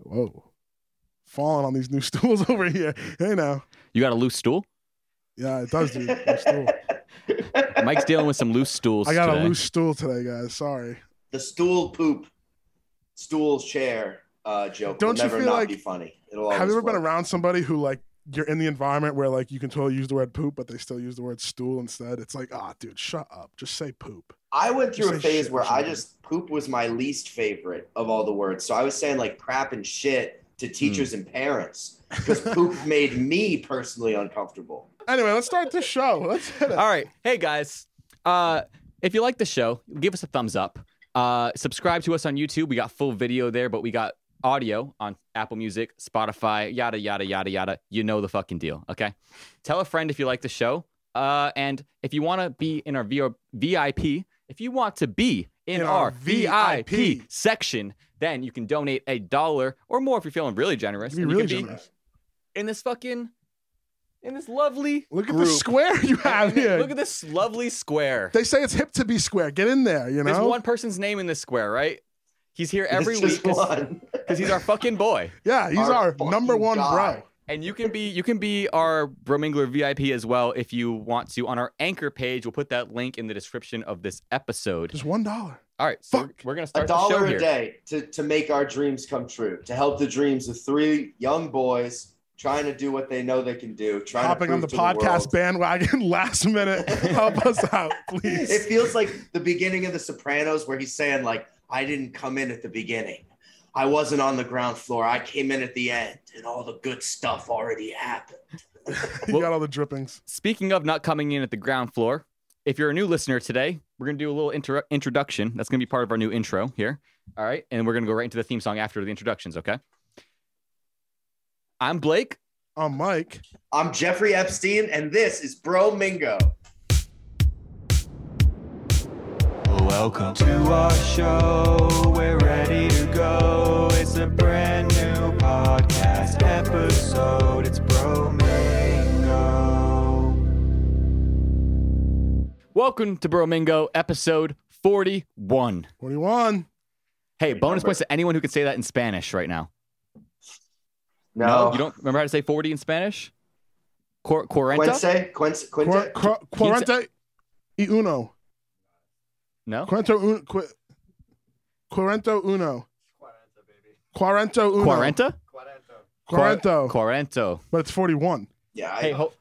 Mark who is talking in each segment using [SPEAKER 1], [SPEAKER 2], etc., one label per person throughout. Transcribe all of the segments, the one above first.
[SPEAKER 1] whoa, falling on these new stools over here. Hey now,
[SPEAKER 2] You got a loose stool?
[SPEAKER 1] yeah, it does, dude. Loose stool.
[SPEAKER 2] Mike's dealing with some loose stools.
[SPEAKER 1] I got
[SPEAKER 2] today.
[SPEAKER 1] a loose stool today, guys. Sorry.
[SPEAKER 3] the stool poop, stool chair uh, joke.
[SPEAKER 1] Don't
[SPEAKER 3] will
[SPEAKER 1] you
[SPEAKER 3] never
[SPEAKER 1] feel
[SPEAKER 3] not
[SPEAKER 1] like-
[SPEAKER 3] be funny? It'll
[SPEAKER 1] Have
[SPEAKER 3] always
[SPEAKER 1] you ever been
[SPEAKER 3] work.
[SPEAKER 1] around somebody who like you're in the environment where like you can totally use the word poop, but they still use the word stool instead? It's like, ah, dude, shut up. Just say poop.
[SPEAKER 3] I went through
[SPEAKER 1] Say
[SPEAKER 3] a phase
[SPEAKER 1] shit,
[SPEAKER 3] where
[SPEAKER 1] shit.
[SPEAKER 3] I just poop was my least favorite of all the words. So I was saying like crap and shit to
[SPEAKER 1] Hmm.
[SPEAKER 3] teachers and parents because poop made me personally uncomfortable.
[SPEAKER 1] Anyway, let's start this show. Let's hit it.
[SPEAKER 2] All right. Hey, guys. Uh, if you like the show, give us a thumbs up. Uh, subscribe to us on YouTube. We got full video there, but we got audio on Apple Music, Spotify, yada, yada, yada, yada. You know the fucking deal. Okay. Tell a friend if you like the show. Uh, and if you want to be in our VO- VIP, if you want to be in,
[SPEAKER 1] In our
[SPEAKER 2] our, VIP
[SPEAKER 1] VIP.
[SPEAKER 2] section, then you can donate a dollar or more if you're feeling really generous.
[SPEAKER 1] Be
[SPEAKER 2] And
[SPEAKER 1] really
[SPEAKER 2] you can
[SPEAKER 1] generous.
[SPEAKER 2] be in this fucking, in this lovely
[SPEAKER 1] Look at
[SPEAKER 2] group.
[SPEAKER 1] the Ah, square you have
[SPEAKER 2] And then
[SPEAKER 1] here.
[SPEAKER 2] Look at this lovely square.
[SPEAKER 1] They say it's hip to be square. Get in there, you know.
[SPEAKER 2] There's one person's name in this square, right? He's here every
[SPEAKER 3] It's
[SPEAKER 2] week
[SPEAKER 3] just one.
[SPEAKER 2] because he's our fucking boy.
[SPEAKER 1] yeah, he's
[SPEAKER 3] Our
[SPEAKER 1] our,
[SPEAKER 3] fucking
[SPEAKER 1] number one
[SPEAKER 3] guy.
[SPEAKER 1] bro.
[SPEAKER 2] And you can be you can be our Bromingler VIP as well if you want to on our anchor page. We'll put that link in the description of this episode.
[SPEAKER 1] Just one dollar.
[SPEAKER 2] All right, so
[SPEAKER 1] Fuck.
[SPEAKER 2] we're gonna
[SPEAKER 3] A
[SPEAKER 2] start the show
[SPEAKER 3] dollar a
[SPEAKER 2] here.
[SPEAKER 3] day to, to make our dreams come true, to help the dreams of three young boys trying to do what they know they can do, trying
[SPEAKER 1] Hopping
[SPEAKER 3] to
[SPEAKER 1] on the
[SPEAKER 3] prove to
[SPEAKER 1] podcast
[SPEAKER 3] world.
[SPEAKER 1] bandwagon last minute. Help us out, please.
[SPEAKER 3] It feels like the beginning of The Sopranos where he's saying, like, I didn't come in at the beginning. I wasn't on the ground floor. I came in at the end and all the good stuff already happened.
[SPEAKER 1] you got all the drippings.
[SPEAKER 2] Speaking of not coming in at the ground floor, if you're a new listener today, we're gonna do a little inter- introduction. That's gonna be part of our new intro here. All right, and we're gonna go right into the theme song after the introductions. Okay. I'm Blake.
[SPEAKER 1] On Mike.
[SPEAKER 3] I'm Jeffrey Epstein and this is Bro Mingo.
[SPEAKER 4] Welcome to our show. We're ready to go. It's a brand new podcast episode. It's Bromingo.
[SPEAKER 2] Welcome to Bromingo, episode 41.
[SPEAKER 1] Twenty-one.
[SPEAKER 2] Hey,
[SPEAKER 3] Great
[SPEAKER 2] bonus
[SPEAKER 3] number.
[SPEAKER 2] points to anyone who can say that in Spanish right now. you don't remember how to say 40 in Spanish? Quar- 40?
[SPEAKER 3] Quince, Quince,
[SPEAKER 1] Quar-
[SPEAKER 3] Quince.
[SPEAKER 1] quar- Quaranta y uno.
[SPEAKER 2] No?
[SPEAKER 1] Quaranta un- qu- Quaranta uno. Quaranta uno.
[SPEAKER 2] Quarenta?
[SPEAKER 3] Oh.
[SPEAKER 1] Quaranta.
[SPEAKER 2] Quarento.
[SPEAKER 1] but it's forty-one.
[SPEAKER 3] Yeah, I,
[SPEAKER 2] Hey, ho-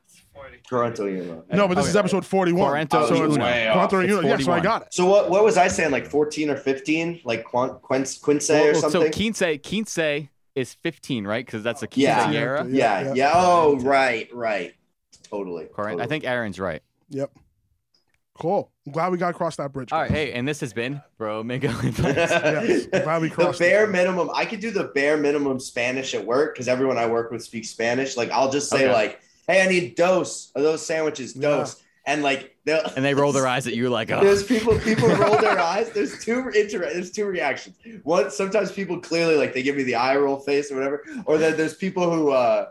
[SPEAKER 3] Toronto, you know.
[SPEAKER 1] No, but this
[SPEAKER 2] Oh,
[SPEAKER 1] is episode forty-one.
[SPEAKER 2] Quaranta
[SPEAKER 1] so it's
[SPEAKER 2] uno.
[SPEAKER 3] Way off.
[SPEAKER 1] Quaranta
[SPEAKER 2] It's
[SPEAKER 1] uno. Yeah, so I
[SPEAKER 2] 41.
[SPEAKER 1] got it.
[SPEAKER 3] So what, what was I saying? Like 14 or 15? Like Quan, Quince, Quince or
[SPEAKER 2] Well,
[SPEAKER 3] something?
[SPEAKER 2] oh, so quince, quince is 15, right? Because that's a
[SPEAKER 3] Yeah.
[SPEAKER 2] quinceañera.
[SPEAKER 3] yeah,
[SPEAKER 1] yeah.
[SPEAKER 3] yeah, Oh, right, right. Totally.
[SPEAKER 2] Quarenta.
[SPEAKER 3] totally.
[SPEAKER 2] I think Aaron's right.
[SPEAKER 1] Cool. I'm glad we got across that bridge.
[SPEAKER 2] All right,
[SPEAKER 1] guys.
[SPEAKER 2] hey, and this has been Bromingo.
[SPEAKER 1] Yes, I'm glad we
[SPEAKER 3] the
[SPEAKER 1] crossed it.
[SPEAKER 3] bare minimum i could do the bare minimum spanish at work because everyone i work with speaks spanish like i'll just say
[SPEAKER 2] Okay.
[SPEAKER 3] like hey i need dos of those sandwiches
[SPEAKER 1] Yeah.
[SPEAKER 3] dos and like they'll
[SPEAKER 2] and they roll their eyes at you like, oh.
[SPEAKER 3] there's people people roll their eyes there's two inter- there's two reactions one sometimes people clearly like they give me the eye roll face or whatever or then there's people who uh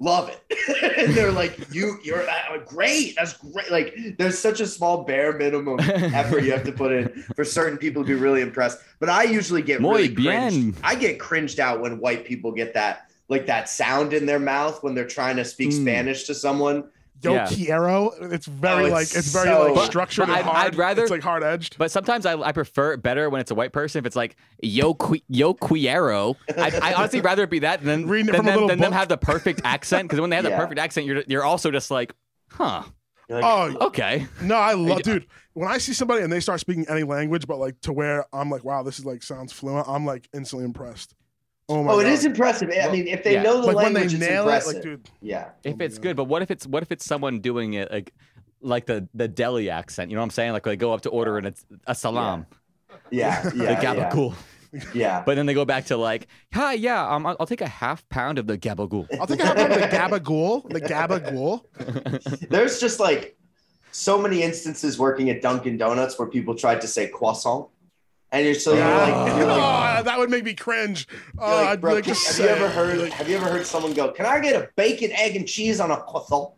[SPEAKER 3] love it and they're like you you're uh, great that's great like there's such a small bare minimum effort you have to put in for certain people to be really impressed. But I usually get
[SPEAKER 2] Muy
[SPEAKER 3] really
[SPEAKER 2] bien.
[SPEAKER 3] cringed. I get cringed out when white people get that like that sound in their mouth when they're trying to speak
[SPEAKER 2] Mm.
[SPEAKER 3] Spanish to someone.
[SPEAKER 1] Yo
[SPEAKER 2] Yeah.
[SPEAKER 1] Quiero. It's very
[SPEAKER 3] Oh, it's
[SPEAKER 1] like it's very
[SPEAKER 3] so-
[SPEAKER 1] like
[SPEAKER 3] But-
[SPEAKER 1] structured
[SPEAKER 2] but
[SPEAKER 1] and
[SPEAKER 2] I'd-
[SPEAKER 1] hard.
[SPEAKER 2] I'd rather-
[SPEAKER 1] it's like hard edged.
[SPEAKER 2] But sometimes I, I prefer it better when it's a white person. If it's like yo qui, yo quiero, I, I honestly rather it be that than
[SPEAKER 1] Reading it
[SPEAKER 2] than,
[SPEAKER 1] from a
[SPEAKER 2] them,
[SPEAKER 1] little
[SPEAKER 2] than them
[SPEAKER 1] book.
[SPEAKER 2] have the perfect accent. Because when they have the
[SPEAKER 3] Yeah.
[SPEAKER 2] perfect accent, you're you're also just like, huh,
[SPEAKER 3] You're like,
[SPEAKER 1] Oh
[SPEAKER 2] okay,
[SPEAKER 1] no, I love,
[SPEAKER 2] I-
[SPEAKER 1] dude. When I see somebody and they start speaking any language, but like to where I'm like, wow, this is like sounds fluent. I'm like instantly impressed. Oh my
[SPEAKER 3] oh,
[SPEAKER 1] god,
[SPEAKER 3] it is impressive. I
[SPEAKER 2] Well,
[SPEAKER 3] mean, if they
[SPEAKER 2] yeah.
[SPEAKER 3] know the
[SPEAKER 1] like when
[SPEAKER 3] language,
[SPEAKER 1] they
[SPEAKER 3] it's
[SPEAKER 1] nail it,
[SPEAKER 3] impressive.
[SPEAKER 1] like dude.
[SPEAKER 3] yeah.
[SPEAKER 2] if
[SPEAKER 1] my
[SPEAKER 2] it's
[SPEAKER 1] God.
[SPEAKER 2] good. But what if it's what if it's someone doing it like like the the deli accent? You know what I'm saying? Like they go up to order and it's a salam,
[SPEAKER 3] Yeah,
[SPEAKER 2] the
[SPEAKER 3] yeah, yeah,
[SPEAKER 2] gabagool.
[SPEAKER 3] yeah.
[SPEAKER 2] But then they go back to like, hi, yeah, um, I'll, I'll take a half pound of the gabagool.
[SPEAKER 1] I'll take a half of the gabagool, the gabagool.
[SPEAKER 3] There's just like so many instances working at Dunkin' Donuts where people tried to say croissant, and you're so you're like, you're like
[SPEAKER 2] Ah,
[SPEAKER 1] Oh, that would make me cringe. Oh,
[SPEAKER 3] Oh. You're like,
[SPEAKER 1] I'd be
[SPEAKER 3] "Bro,
[SPEAKER 1] like,
[SPEAKER 3] can-
[SPEAKER 1] just
[SPEAKER 3] have
[SPEAKER 1] say
[SPEAKER 3] you ever
[SPEAKER 1] it."
[SPEAKER 3] heard?
[SPEAKER 1] Like,
[SPEAKER 3] have you ever heard someone go, "Can I get a bacon, egg, and cheese on a croissant?"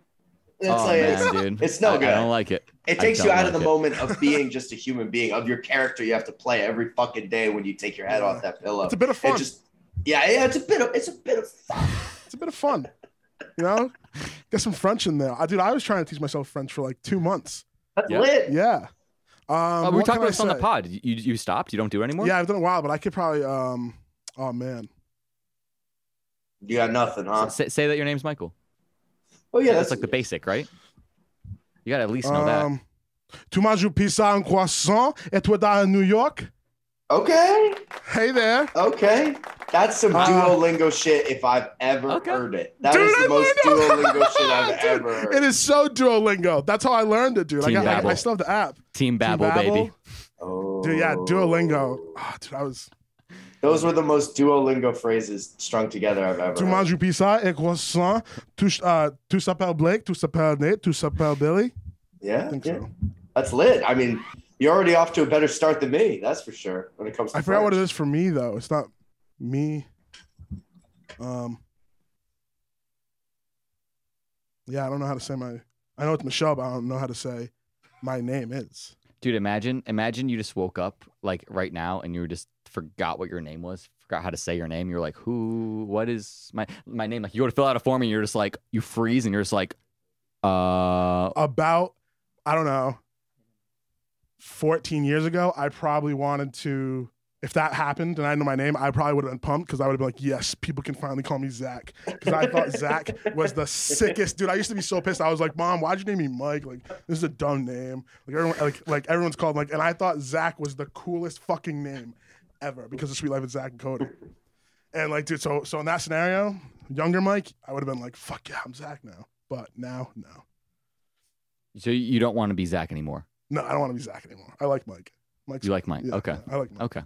[SPEAKER 3] It's
[SPEAKER 2] oh
[SPEAKER 3] like
[SPEAKER 2] man,
[SPEAKER 3] it's-
[SPEAKER 2] dude,
[SPEAKER 3] no
[SPEAKER 2] I,
[SPEAKER 3] good.
[SPEAKER 2] I don't like it.
[SPEAKER 3] it
[SPEAKER 2] I
[SPEAKER 3] takes you
[SPEAKER 2] don't
[SPEAKER 3] out of the
[SPEAKER 2] like it.
[SPEAKER 3] moment of being just a human being, of your character you have to play every fucking day when you take your head off that pillow.
[SPEAKER 1] it's a bit of
[SPEAKER 3] It
[SPEAKER 1] fun.
[SPEAKER 3] just Yeah, yeah, it's a bit of it's a bit of fun.
[SPEAKER 1] It's a bit of fun, you know. Get some French in there, I, dude. I was trying to teach myself French for like two months.
[SPEAKER 3] That's
[SPEAKER 2] Yeah.
[SPEAKER 3] lit.
[SPEAKER 1] Yeah. Um,
[SPEAKER 2] Oh, we
[SPEAKER 1] what
[SPEAKER 2] talked
[SPEAKER 1] can I
[SPEAKER 2] about this on the
[SPEAKER 1] say?
[SPEAKER 2] pod. You you stopped. You don't do it anymore.
[SPEAKER 1] Yeah, I've done it a while, but I could probably. Um, oh man,
[SPEAKER 3] You got nothing, huh?
[SPEAKER 2] S- Say, say that your name's Michael.
[SPEAKER 3] Oh yeah,
[SPEAKER 2] That's
[SPEAKER 3] that's
[SPEAKER 2] like the basic, right? You gotta at least know that.
[SPEAKER 1] um, tu manges pizza en croissant et toi dans New York?
[SPEAKER 3] okay.
[SPEAKER 1] Hey there,
[SPEAKER 3] Okay, that's some
[SPEAKER 1] Uh,
[SPEAKER 3] Duolingo shit if I've ever
[SPEAKER 2] Okay.
[SPEAKER 3] heard it. That is
[SPEAKER 1] Dude, I
[SPEAKER 3] the most
[SPEAKER 1] learned-
[SPEAKER 3] Duolingo shit I've
[SPEAKER 1] Dude,
[SPEAKER 3] ever heard.
[SPEAKER 1] It is so Duolingo. That's how I learned it, dude. I,
[SPEAKER 2] Team
[SPEAKER 1] got, I,
[SPEAKER 2] Babel.
[SPEAKER 1] I still have the app.
[SPEAKER 2] Team Babel, baby.
[SPEAKER 3] oh.
[SPEAKER 1] Dude, yeah, Duolingo. Ah, dude, I was.
[SPEAKER 3] Those were the most Duolingo phrases strung together I've ever.
[SPEAKER 1] Tu
[SPEAKER 3] heard.
[SPEAKER 1] manges pizza et croissant? Tu, uh, tu s'appelles Blake? Tu s'appelles Nate? Tu s'appelles Billy?
[SPEAKER 3] Yeah,
[SPEAKER 1] I think
[SPEAKER 3] yeah.
[SPEAKER 1] so.
[SPEAKER 3] that's lit. I mean, you're already off to a better start than me. That's for sure. When it comes, to
[SPEAKER 1] I forgot what it
[SPEAKER 3] French.
[SPEAKER 1] is for me though. It's not me. Um. Yeah, I don't know how to say my. I know it's Michelle, but I don't know how to say my name is.
[SPEAKER 2] Dude, imagine imagine you just woke up like right now and you were just forgot what your name was, forgot how to say your name. You're like, who what is my my name? Like you go to fill out a form and you're just like you freeze and you're just like, uh
[SPEAKER 1] About I don't know. Fourteen years ago, I probably wanted to. If that happened and I know my name, I probably would have been pumped because I would have been like, "Yes, people can finally call me Zach." Because I thought Zach was the sickest dude. I used to be so pissed. I was like, "Mom, why'd you name me Mike? Like, this is a dumb name. Like everyone, like, like everyone's called Mike." And I thought Zach was the coolest fucking name ever because of Sweet Life with Zach and Cody. And like, dude, so so in that scenario, younger Mike, I would have been like, "Fuck yeah, I'm Zach now." But now, no,
[SPEAKER 2] so you don't want to be Zach anymore.
[SPEAKER 1] no, I don't want to be Zach anymore. I like Mike. Mike's
[SPEAKER 2] You like Mike.
[SPEAKER 1] yeah,
[SPEAKER 2] okay.
[SPEAKER 1] I like Mike.
[SPEAKER 2] Okay.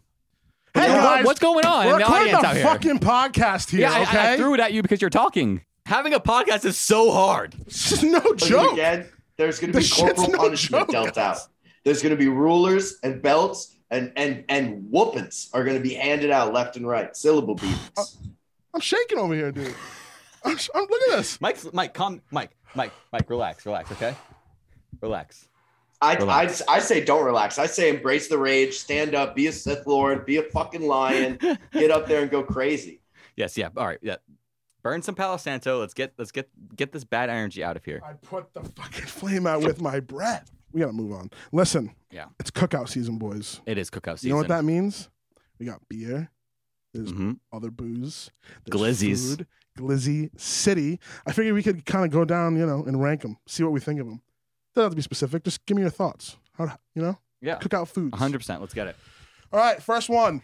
[SPEAKER 1] Hey
[SPEAKER 2] What-
[SPEAKER 1] guys,
[SPEAKER 2] what's going on
[SPEAKER 1] we're
[SPEAKER 2] in the
[SPEAKER 1] recording
[SPEAKER 2] audience
[SPEAKER 1] the
[SPEAKER 2] out here?
[SPEAKER 1] fucking podcast here.
[SPEAKER 2] yeah, I-
[SPEAKER 1] okay,
[SPEAKER 2] I, I threw it at you because you're talking. Having a podcast is so hard.
[SPEAKER 1] This is no
[SPEAKER 3] But
[SPEAKER 1] joke.
[SPEAKER 3] Again, there's going to
[SPEAKER 1] The
[SPEAKER 3] be corporal
[SPEAKER 1] shit's no
[SPEAKER 3] punishment
[SPEAKER 1] joke,
[SPEAKER 3] dealt
[SPEAKER 1] guys.
[SPEAKER 3] out. There's going to be rulers and belts and and and whoopings are going to be handed out left and right. Syllable
[SPEAKER 1] Uh,
[SPEAKER 3] beatings.
[SPEAKER 1] I'm shaking over here, dude. I'm, sh- I'm look at this.
[SPEAKER 2] Mike's Mike, calm Mike, Mike, Mike, relax, relax, okay? Relax.
[SPEAKER 3] I,
[SPEAKER 2] Relax.
[SPEAKER 3] I, I say don't relax. I say embrace the rage, stand up, be a Sith Lord, be a fucking lion, get up there and go crazy.
[SPEAKER 2] Yes, yeah. All right, yeah. Burn some Palo Santo. Let's get let's get get this bad energy out of here.
[SPEAKER 1] I put the fucking flame out with my breath. We gotta move on. Listen,
[SPEAKER 2] Yeah.
[SPEAKER 1] it's cookout season, boys.
[SPEAKER 2] It is cookout season.
[SPEAKER 1] You know what that means? We got beer, is-
[SPEAKER 2] Mhm.
[SPEAKER 1] other booze, there's
[SPEAKER 2] Glizzies.
[SPEAKER 1] food, Glizzy City. I figured we could kind of go down, you know, and rank them, see what we think of them. Doesn't have to be specific. Just give me your thoughts. How you know?
[SPEAKER 2] Yeah.
[SPEAKER 1] Cookout foods.
[SPEAKER 2] 100%. Let's get it.
[SPEAKER 1] All right, first one,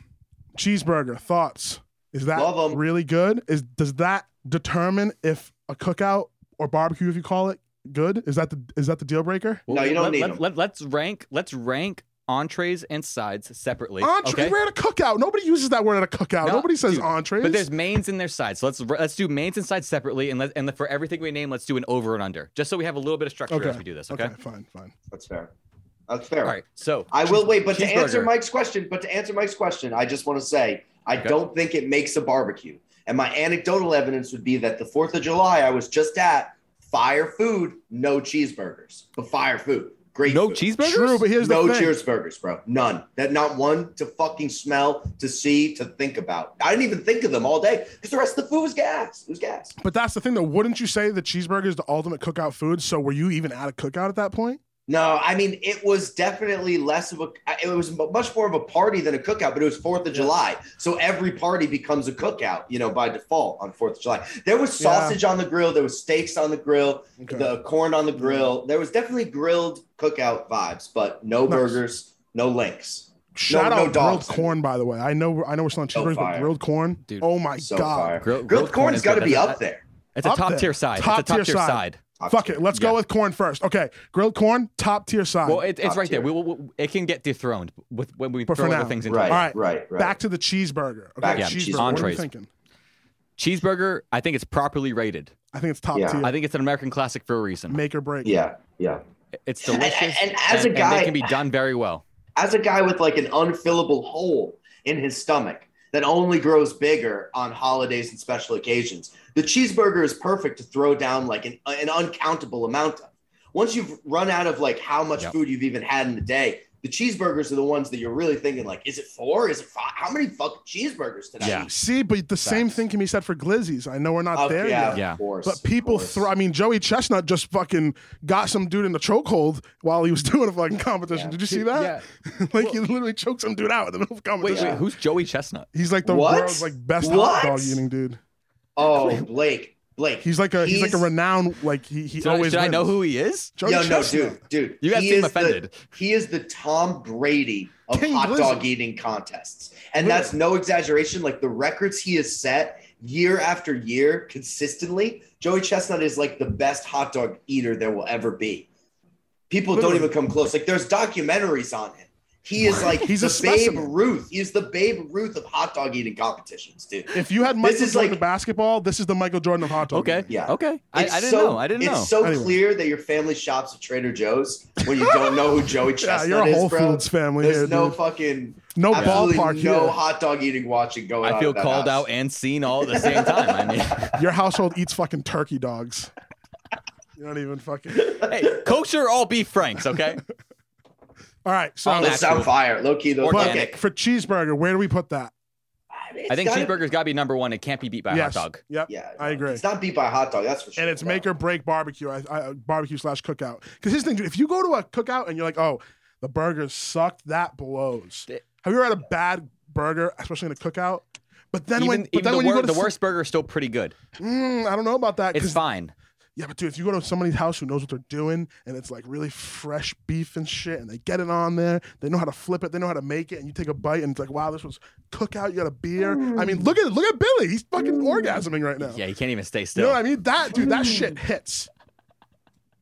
[SPEAKER 1] cheeseburger. Thoughts? Is that
[SPEAKER 3] Love 'em.
[SPEAKER 1] really good? Is does that determine if a cookout or barbecue, if you call it, good? Is that the is that the deal breaker?
[SPEAKER 3] No, you don't
[SPEAKER 2] let,
[SPEAKER 3] need
[SPEAKER 2] let,
[SPEAKER 3] them.
[SPEAKER 2] Let, us rank let's rank entrees and sides separately.
[SPEAKER 1] Entree.
[SPEAKER 2] okay?
[SPEAKER 1] We're at a cookout. Nobody uses that word at a cookout.
[SPEAKER 2] No,
[SPEAKER 1] Nobody says
[SPEAKER 2] dude,
[SPEAKER 1] entrees.
[SPEAKER 2] But there's mains and their sides. So let's let's do mains and sides separately and let and for everything we name let's do an over and under. Just so we have a little bit of structure
[SPEAKER 1] Okay.
[SPEAKER 2] as we do this,
[SPEAKER 1] okay.
[SPEAKER 2] okay?
[SPEAKER 1] fine, fine.
[SPEAKER 3] That's fair. That's fair.
[SPEAKER 2] All right. So,
[SPEAKER 3] I will wait, but to answer
[SPEAKER 2] Cheeseburger.
[SPEAKER 3] Mike's question, but to answer Mike's question, I just want to say I
[SPEAKER 2] Okay.
[SPEAKER 3] don't think it makes a barbecue. And my anecdotal evidence would be that the Fourth of July I was just at fire food, no cheeseburgers, but fire food, great.
[SPEAKER 2] no
[SPEAKER 3] food.
[SPEAKER 2] cheeseburgers?
[SPEAKER 1] True, but here's
[SPEAKER 3] no
[SPEAKER 1] the thing.
[SPEAKER 3] cheeseburgers, bro. None. That not one to fucking smell, to see, to think about. I didn't even think of them all day because the rest of the food was gas. It was gas.
[SPEAKER 1] But that's the thing, though. Wouldn't you say the cheeseburger is the ultimate cookout food? So were you even at a cookout at that point?
[SPEAKER 3] No, I mean it was definitely less of a. It was mu- much more of a party than a cookout, but it was Fourth of
[SPEAKER 1] Yeah.
[SPEAKER 3] July, so every party becomes a cookout, you know, by default on Fourth of July. There was
[SPEAKER 1] Yeah.
[SPEAKER 3] sausage on the grill, there was steaks on the grill,
[SPEAKER 1] Okay.
[SPEAKER 3] the corn on the grill. There was definitely grilled cookout vibes, but no
[SPEAKER 1] Nice.
[SPEAKER 3] burgers, no links.
[SPEAKER 1] Shout
[SPEAKER 3] no
[SPEAKER 1] out grilled
[SPEAKER 3] dogs.
[SPEAKER 1] corn, by the way. I know, we're- I know we're selling cheeseburgers, but
[SPEAKER 3] fire.
[SPEAKER 1] grilled corn.
[SPEAKER 2] Dude,
[SPEAKER 1] oh my
[SPEAKER 3] so
[SPEAKER 1] god.
[SPEAKER 3] fire.
[SPEAKER 2] Grill-
[SPEAKER 3] Grilled,
[SPEAKER 2] grilled corn
[SPEAKER 3] corn has
[SPEAKER 2] is
[SPEAKER 3] got to
[SPEAKER 2] good.
[SPEAKER 3] be
[SPEAKER 2] That's a-
[SPEAKER 3] up there.
[SPEAKER 2] It's a
[SPEAKER 1] Up there.
[SPEAKER 2] top tier side. it's a
[SPEAKER 1] Top-tier
[SPEAKER 2] top tier
[SPEAKER 1] side.
[SPEAKER 2] side.
[SPEAKER 1] Fuck it. Let's
[SPEAKER 2] Yeah.
[SPEAKER 1] go with corn first. Okay. Grilled corn, top tier side.
[SPEAKER 2] Well, it, it's
[SPEAKER 3] Top
[SPEAKER 2] right there.
[SPEAKER 3] tier.
[SPEAKER 2] We, we, we, it can get dethroned with when we
[SPEAKER 1] But
[SPEAKER 2] throw
[SPEAKER 1] for
[SPEAKER 2] other
[SPEAKER 1] now,
[SPEAKER 2] things into
[SPEAKER 3] Right,
[SPEAKER 2] it.
[SPEAKER 1] All right,
[SPEAKER 3] right, right,
[SPEAKER 1] Back to the cheeseburger. Okay.
[SPEAKER 3] Back
[SPEAKER 2] to
[SPEAKER 1] cheeseburger.
[SPEAKER 3] cheeseburger.
[SPEAKER 1] What are we
[SPEAKER 2] Entrees.
[SPEAKER 1] thinking?
[SPEAKER 2] Cheeseburger, I think it's properly rated.
[SPEAKER 1] I think it's top
[SPEAKER 3] Yeah.
[SPEAKER 1] tier.
[SPEAKER 2] I think it's an American classic for a reason.
[SPEAKER 1] Make or break.
[SPEAKER 3] Yeah, yeah.
[SPEAKER 2] It's
[SPEAKER 3] And-
[SPEAKER 2] delicious.
[SPEAKER 3] and- and as a
[SPEAKER 2] and
[SPEAKER 3] guy-
[SPEAKER 2] it can be done very well.
[SPEAKER 3] as a guy with like an unfillable hole in his stomach that only grows bigger on holidays and special occasions, the cheeseburger is perfect to throw down like an, an uncountable amount of. Once you've run out of like how much
[SPEAKER 2] Yep.
[SPEAKER 3] food you've even had in a day, the cheeseburgers are the ones that you're really thinking like, is it four? Is it five? How many fucking cheeseburgers did
[SPEAKER 2] Yeah.
[SPEAKER 3] I eat?
[SPEAKER 1] See, but the same thing can be said for glizzies. I know we're not
[SPEAKER 3] Oh,
[SPEAKER 1] there
[SPEAKER 3] yeah,
[SPEAKER 1] yet.
[SPEAKER 2] Yeah.
[SPEAKER 3] Of course,
[SPEAKER 1] But
[SPEAKER 3] of
[SPEAKER 1] people
[SPEAKER 3] course.
[SPEAKER 1] throw. I mean, Joey Chestnut just fucking got some dude in the chokehold while he was doing a fucking competition.
[SPEAKER 3] Yeah.
[SPEAKER 1] Did you see that? like he literally choked some dude out in the middle of a
[SPEAKER 2] Wait,
[SPEAKER 1] competition.
[SPEAKER 2] wait, who's Joey Chestnut?
[SPEAKER 1] He's like the
[SPEAKER 3] What?
[SPEAKER 1] world's like best
[SPEAKER 3] What?
[SPEAKER 1] hot dog eating dude.
[SPEAKER 3] Oh, Blake, Blake.
[SPEAKER 1] He's like a he's, like a
[SPEAKER 3] He's-
[SPEAKER 1] renowned like he he
[SPEAKER 2] Should, I,
[SPEAKER 1] always.
[SPEAKER 2] should I
[SPEAKER 1] wins.
[SPEAKER 2] know who he is?
[SPEAKER 1] Joey
[SPEAKER 3] Yo, no,
[SPEAKER 1] Chestnut.
[SPEAKER 3] dude, dude.
[SPEAKER 2] You guys
[SPEAKER 3] he
[SPEAKER 2] seem
[SPEAKER 3] is the-
[SPEAKER 2] offended.
[SPEAKER 3] he is the Tom Brady of
[SPEAKER 1] King
[SPEAKER 3] hot
[SPEAKER 1] Blizzard.
[SPEAKER 3] dog eating contests. And
[SPEAKER 1] Really?
[SPEAKER 3] that's no exaggeration. Like the records he has set year after year consistently, Joey Chestnut is like the best hot dog eater there will ever be. People
[SPEAKER 1] Literally.
[SPEAKER 3] don't even come close. Like there's documentaries on him. He is like
[SPEAKER 1] He's
[SPEAKER 3] the
[SPEAKER 1] a
[SPEAKER 3] Babe
[SPEAKER 1] specimen.
[SPEAKER 3] Ruth. He's the Babe Ruth of hot dog eating competitions, dude.
[SPEAKER 1] If you had Michael
[SPEAKER 3] is
[SPEAKER 1] Jordan
[SPEAKER 3] like-
[SPEAKER 1] of basketball, this is the Michael Jordan of hot dog.
[SPEAKER 2] Okay.
[SPEAKER 3] Yeah.
[SPEAKER 2] Okay. I, I
[SPEAKER 3] It's
[SPEAKER 2] didn't
[SPEAKER 3] so-
[SPEAKER 2] know. I didn't
[SPEAKER 3] it's
[SPEAKER 2] know.
[SPEAKER 3] so
[SPEAKER 1] Anyway.
[SPEAKER 3] clear that your family shops at Trader Joe's when you don't know who Joey
[SPEAKER 1] Yeah,
[SPEAKER 3] Chestnut
[SPEAKER 1] you're a
[SPEAKER 3] is,
[SPEAKER 1] Whole
[SPEAKER 3] bro.
[SPEAKER 1] Foods family
[SPEAKER 3] There's
[SPEAKER 1] here,
[SPEAKER 3] no
[SPEAKER 1] dude.
[SPEAKER 3] fucking
[SPEAKER 1] No
[SPEAKER 3] absolutely
[SPEAKER 1] ballpark
[SPEAKER 3] no
[SPEAKER 1] here.
[SPEAKER 3] hot dog eating watching going on.
[SPEAKER 2] I feel
[SPEAKER 3] in that
[SPEAKER 2] called
[SPEAKER 3] house.
[SPEAKER 2] out and seen all at the same time. I mean,
[SPEAKER 1] Your household eats fucking turkey dogs. You don't even fucking.
[SPEAKER 2] hey, kosher all beef franks, okay?
[SPEAKER 1] All right, so
[SPEAKER 2] All
[SPEAKER 3] Those sound
[SPEAKER 2] Natural.
[SPEAKER 3] fire, low key. Those
[SPEAKER 1] but
[SPEAKER 2] organic.
[SPEAKER 1] for cheeseburger, where do we put that?
[SPEAKER 2] I think
[SPEAKER 3] cheeseburger.
[SPEAKER 2] cheeseburger's got to be number one. It can't be beat by a
[SPEAKER 1] yes.
[SPEAKER 2] hot dog.
[SPEAKER 1] Yep.
[SPEAKER 3] Yeah,
[SPEAKER 1] I
[SPEAKER 3] no,
[SPEAKER 1] agree.
[SPEAKER 3] It's not beat by a hot dog, that's for sure.
[SPEAKER 1] and it's
[SPEAKER 3] bro.
[SPEAKER 1] make or break barbecue. I, I barbecue slash cookout. Because his thing, dude, if you go to a cookout and you're like, oh, the burgers sucked, that blows.
[SPEAKER 2] Th-
[SPEAKER 1] Have you ever had a bad burger, especially in a cookout? But then
[SPEAKER 2] even
[SPEAKER 1] when, but
[SPEAKER 2] even
[SPEAKER 1] then
[SPEAKER 2] the,
[SPEAKER 1] when you go
[SPEAKER 2] wor-
[SPEAKER 1] to
[SPEAKER 2] the
[SPEAKER 1] some-
[SPEAKER 2] worst burger is still pretty good.
[SPEAKER 1] Mm, I don't know about that.
[SPEAKER 2] It's
[SPEAKER 1] 'cause-
[SPEAKER 2] fine.
[SPEAKER 1] Yeah, but dude, if you go to somebody's house who knows what they're doing and it's like really fresh beef and shit, and they get it on there, they know how to flip it, they know how to make it, and you take a bite and it's like, wow, this was cookout. You got a beer. I
[SPEAKER 2] Mm.
[SPEAKER 1] mean, look at look at Billy. He's fucking orgasming right now.
[SPEAKER 2] Yeah, you can't even stay
[SPEAKER 1] You
[SPEAKER 2] still.
[SPEAKER 1] know what I mean? That dude, that shit
[SPEAKER 2] Hmm.
[SPEAKER 1] hits.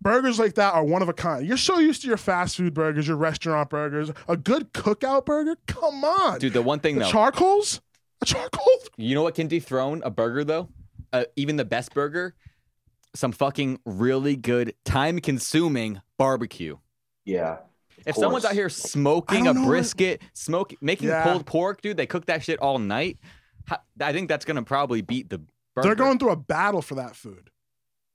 [SPEAKER 1] Burgers like that are one of a kind. You're so used to your fast food burgers, your restaurant burgers. A good cookout burger? Come on.
[SPEAKER 2] Dude, the one thing
[SPEAKER 1] the
[SPEAKER 2] though,
[SPEAKER 1] charcoals? A charcoal?
[SPEAKER 2] you know what can dethrone a burger though? Uh, even the best burger, some fucking really good, time-consuming barbecue.
[SPEAKER 3] Yeah.
[SPEAKER 2] If someone's
[SPEAKER 3] course.
[SPEAKER 2] out here smoking a
[SPEAKER 1] don't know what-
[SPEAKER 2] brisket, smoke making
[SPEAKER 1] Yeah.
[SPEAKER 2] pulled pork, dude, they cook that shit all night. Ha- I think that's gonna probably beat the burger.
[SPEAKER 1] They're going through a battle for that food.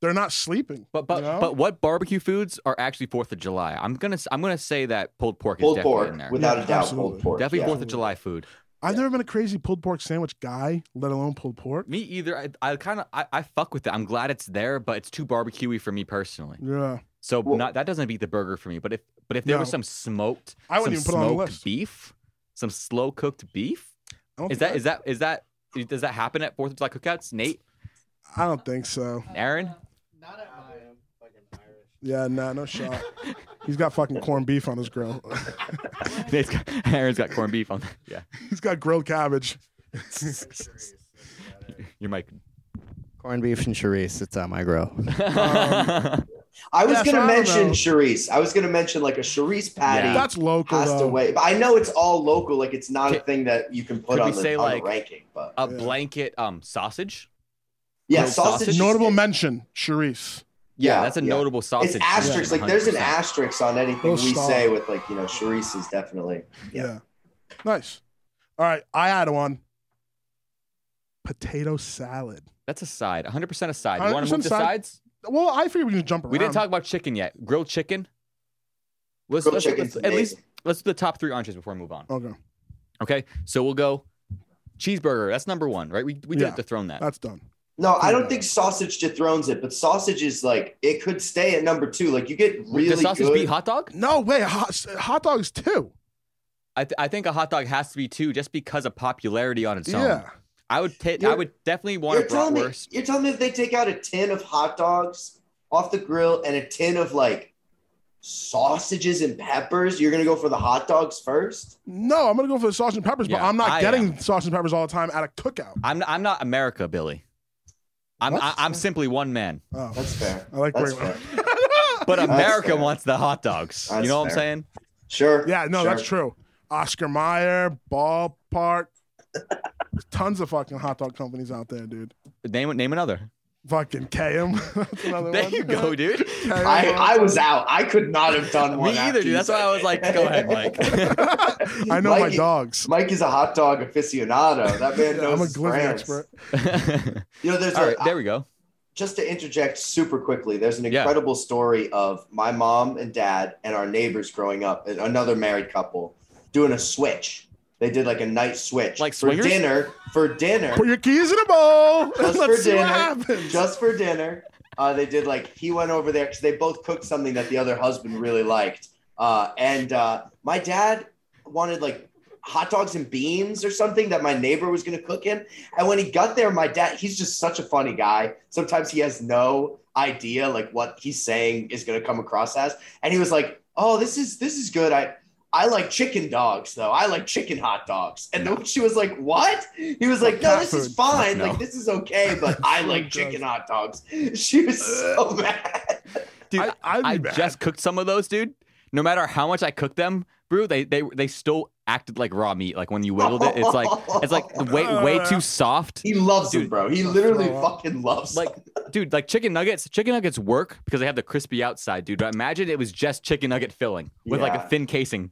[SPEAKER 1] They're not sleeping.
[SPEAKER 2] But but
[SPEAKER 1] you know?
[SPEAKER 2] but what barbecue foods are actually Fourth of July? I'm gonna s- I'm gonna say that pulled pork
[SPEAKER 3] Pulled
[SPEAKER 2] is definitely
[SPEAKER 3] pork,
[SPEAKER 2] in there.
[SPEAKER 3] without
[SPEAKER 1] Yeah,
[SPEAKER 3] a doubt,
[SPEAKER 1] absolutely.
[SPEAKER 3] pulled pork.
[SPEAKER 2] definitely
[SPEAKER 3] yeah.
[SPEAKER 2] Fourth of July food.
[SPEAKER 1] I've
[SPEAKER 3] Yeah.
[SPEAKER 1] never been a crazy pulled pork sandwich guy, let alone pulled pork.
[SPEAKER 2] Me either. I, I kind of I, I fuck with it. I'm glad it's there, but it's too barbecuey for me personally.
[SPEAKER 1] Yeah.
[SPEAKER 2] So
[SPEAKER 3] Well-
[SPEAKER 2] not that doesn't beat the burger for me. But if but if there was
[SPEAKER 1] No.
[SPEAKER 2] some smoked,
[SPEAKER 1] I wouldn't
[SPEAKER 2] some
[SPEAKER 1] even put it on the
[SPEAKER 2] smoked
[SPEAKER 1] list.
[SPEAKER 2] beef, some slow cooked beef.
[SPEAKER 1] I don't
[SPEAKER 2] Is
[SPEAKER 1] think
[SPEAKER 2] that is that is that does that happen at Fourth of July cookouts? Nate,
[SPEAKER 1] I don't think so.
[SPEAKER 2] Aaron,
[SPEAKER 5] Not at mine. I'm fucking Irish.
[SPEAKER 1] Yeah, nah, no shot. He's got fucking corned beef on his grill.
[SPEAKER 2] Nate's got, Aaron's got corned beef on. Yeah,
[SPEAKER 1] He's got grilled cabbage.
[SPEAKER 5] Charisse.
[SPEAKER 2] your mic.
[SPEAKER 5] Corned beef and charisse. It's on my grill.
[SPEAKER 3] Um, I was
[SPEAKER 1] Yeah, so
[SPEAKER 3] gonna
[SPEAKER 1] I don't
[SPEAKER 3] mention
[SPEAKER 1] know.
[SPEAKER 3] Charisse. I was gonna mention like a Charisse patty.
[SPEAKER 2] Yeah.
[SPEAKER 1] That's local.
[SPEAKER 3] Has to
[SPEAKER 1] though.
[SPEAKER 3] wait, but I know it's all local. Like it's not a
[SPEAKER 2] Could-
[SPEAKER 3] thing that you can
[SPEAKER 2] could
[SPEAKER 3] put
[SPEAKER 2] we
[SPEAKER 3] on, the,
[SPEAKER 2] say,
[SPEAKER 3] on the
[SPEAKER 2] like-
[SPEAKER 3] ranking. But
[SPEAKER 2] a
[SPEAKER 1] Yeah.
[SPEAKER 2] blanket um sausage.
[SPEAKER 3] yeah,
[SPEAKER 2] grilled
[SPEAKER 3] sausage.
[SPEAKER 2] sausage?
[SPEAKER 3] is-
[SPEAKER 1] Notable mention, Charisse.
[SPEAKER 2] Yeah,
[SPEAKER 3] Yeah,
[SPEAKER 2] that's a
[SPEAKER 3] yeah.
[SPEAKER 2] notable sausage.
[SPEAKER 3] It's asterisk.
[SPEAKER 2] Yeah,
[SPEAKER 3] Like there's an
[SPEAKER 2] 100%.
[SPEAKER 3] asterisk on anything
[SPEAKER 1] Little
[SPEAKER 3] we
[SPEAKER 1] star.
[SPEAKER 3] say with like you know Charisse is definitely
[SPEAKER 1] Yeah.
[SPEAKER 3] Yeah.
[SPEAKER 1] Nice. All right, I had one. Potato salad.
[SPEAKER 2] That's a side. 100% a side. You want to
[SPEAKER 1] 100%
[SPEAKER 2] move to
[SPEAKER 1] side.
[SPEAKER 2] sides?
[SPEAKER 1] Well, I figured we can jump around.
[SPEAKER 2] We didn't talk about chicken yet. Grilled chicken. Let's,
[SPEAKER 3] grilled
[SPEAKER 2] let's-
[SPEAKER 3] chicken's
[SPEAKER 2] let's- at least
[SPEAKER 3] amazing.
[SPEAKER 2] let's do the top three entrees before we move on.
[SPEAKER 1] Okay,
[SPEAKER 2] Okay, so we'll go cheeseburger. That's number one, right? We we did
[SPEAKER 1] Yeah.
[SPEAKER 2] dethrone
[SPEAKER 3] Uh,
[SPEAKER 2] that.
[SPEAKER 1] that's done.
[SPEAKER 3] No, I
[SPEAKER 1] Yeah.
[SPEAKER 3] don't think sausage dethrones it, but sausage is like it could stay at number two. Like you get really
[SPEAKER 2] Does sausage
[SPEAKER 3] good.
[SPEAKER 2] beat hot dog?
[SPEAKER 1] No way. Hot, hot dogs too.
[SPEAKER 2] I, th- I think a hot dog has to be two, just because of popularity on its own.
[SPEAKER 1] yeah.
[SPEAKER 2] I would ta- I
[SPEAKER 3] You're-
[SPEAKER 2] would definitely want
[SPEAKER 3] you're
[SPEAKER 2] a
[SPEAKER 3] telling me
[SPEAKER 2] bratwurst.
[SPEAKER 3] you're telling me if they take out a tin of hot dogs off the grill and a tin of like sausages and peppers, you're gonna go for the hot dogs first?
[SPEAKER 1] No, I'm gonna go for the sausage and peppers, but
[SPEAKER 2] Yeah,
[SPEAKER 1] I'm not
[SPEAKER 2] I
[SPEAKER 1] getting sausage and peppers all the time at a cookout.
[SPEAKER 2] I'm I'm not America, Billy. I'm
[SPEAKER 1] What?
[SPEAKER 2] I, I'm simply one man.
[SPEAKER 1] Oh,
[SPEAKER 3] That's fair.
[SPEAKER 1] I like
[SPEAKER 3] That's
[SPEAKER 1] regular.
[SPEAKER 3] fair.
[SPEAKER 2] But
[SPEAKER 3] That's
[SPEAKER 2] America
[SPEAKER 3] fair.
[SPEAKER 2] wants the hot dogs.
[SPEAKER 3] That's
[SPEAKER 2] you know what I'm
[SPEAKER 3] fair.
[SPEAKER 2] saying?
[SPEAKER 3] Sure.
[SPEAKER 1] Yeah, no,
[SPEAKER 3] sure.
[SPEAKER 1] that's true. Oscar Mayer, ballpark. There's tons of fucking hot dog companies out there, dude.
[SPEAKER 2] Name name another.
[SPEAKER 1] Fucking KM. that's another
[SPEAKER 2] There
[SPEAKER 1] one.
[SPEAKER 2] you go, dude.
[SPEAKER 1] KM.
[SPEAKER 3] I, I was out. I could not have done
[SPEAKER 2] Me
[SPEAKER 3] one.
[SPEAKER 2] either,
[SPEAKER 3] after
[SPEAKER 2] dude.
[SPEAKER 3] you
[SPEAKER 2] That's
[SPEAKER 3] said
[SPEAKER 2] why I was
[SPEAKER 3] that.
[SPEAKER 2] like, go ahead, Mike.
[SPEAKER 1] I know my
[SPEAKER 3] Mike-
[SPEAKER 1] dogs.
[SPEAKER 3] Mike is a hot dog aficionado. That man
[SPEAKER 1] Yeah,
[SPEAKER 3] knows
[SPEAKER 1] I'm a
[SPEAKER 3] his
[SPEAKER 1] glizzy
[SPEAKER 3] brands.
[SPEAKER 1] expert.
[SPEAKER 2] All
[SPEAKER 3] You know, there's a,
[SPEAKER 2] right, there we go.
[SPEAKER 3] just to interject super quickly, there's an
[SPEAKER 2] Yeah.
[SPEAKER 3] incredible story of my mom and dad and our neighbors growing up, another married couple, doing a switch. They did like a night switch.
[SPEAKER 2] Like
[SPEAKER 3] for
[SPEAKER 2] swingers?
[SPEAKER 3] dinner, for dinner,
[SPEAKER 1] Put your keys in a bowl. Let's
[SPEAKER 3] Just for
[SPEAKER 1] see what
[SPEAKER 3] dinner.
[SPEAKER 1] happens.
[SPEAKER 3] just for dinner. Uh, they did like he went over there because they both cooked something that the other husband really liked. Uh, and uh, my dad wanted like hot dogs and beans or something that my neighbor was going to cook him. And when he got there, my dad, he's just such a funny guy. Sometimes he has no idea like what he's saying is going to come across as. And he was like, "Oh, this is this is good. I." I like chicken dogs though. I like chicken hot dogs. And then she was like, "What?" He was like, "No,
[SPEAKER 1] cat
[SPEAKER 3] this is
[SPEAKER 1] food.
[SPEAKER 3] fine.
[SPEAKER 2] No.
[SPEAKER 3] Like this is okay, but I like
[SPEAKER 1] Dogs.
[SPEAKER 3] chicken hot dogs." She
[SPEAKER 2] Uh,
[SPEAKER 3] was so mad.
[SPEAKER 2] Dude,
[SPEAKER 1] I, I'd be
[SPEAKER 2] I
[SPEAKER 1] bad.
[SPEAKER 2] just cooked some of those, dude. No matter how much I cooked them, bro, they they they still acted like raw meat. Like when you wiggled it, it's like it's like way way too soft.
[SPEAKER 3] he loves him,
[SPEAKER 2] Dude.
[SPEAKER 3] bro. He literally
[SPEAKER 1] Throw up.
[SPEAKER 3] fucking loves
[SPEAKER 2] Like,
[SPEAKER 3] him.
[SPEAKER 2] dude, like chicken nuggets. Chicken nuggets work because they have the crispy outside, dude. But imagine it was just chicken nugget filling with like
[SPEAKER 3] Yeah.
[SPEAKER 2] a thin casing,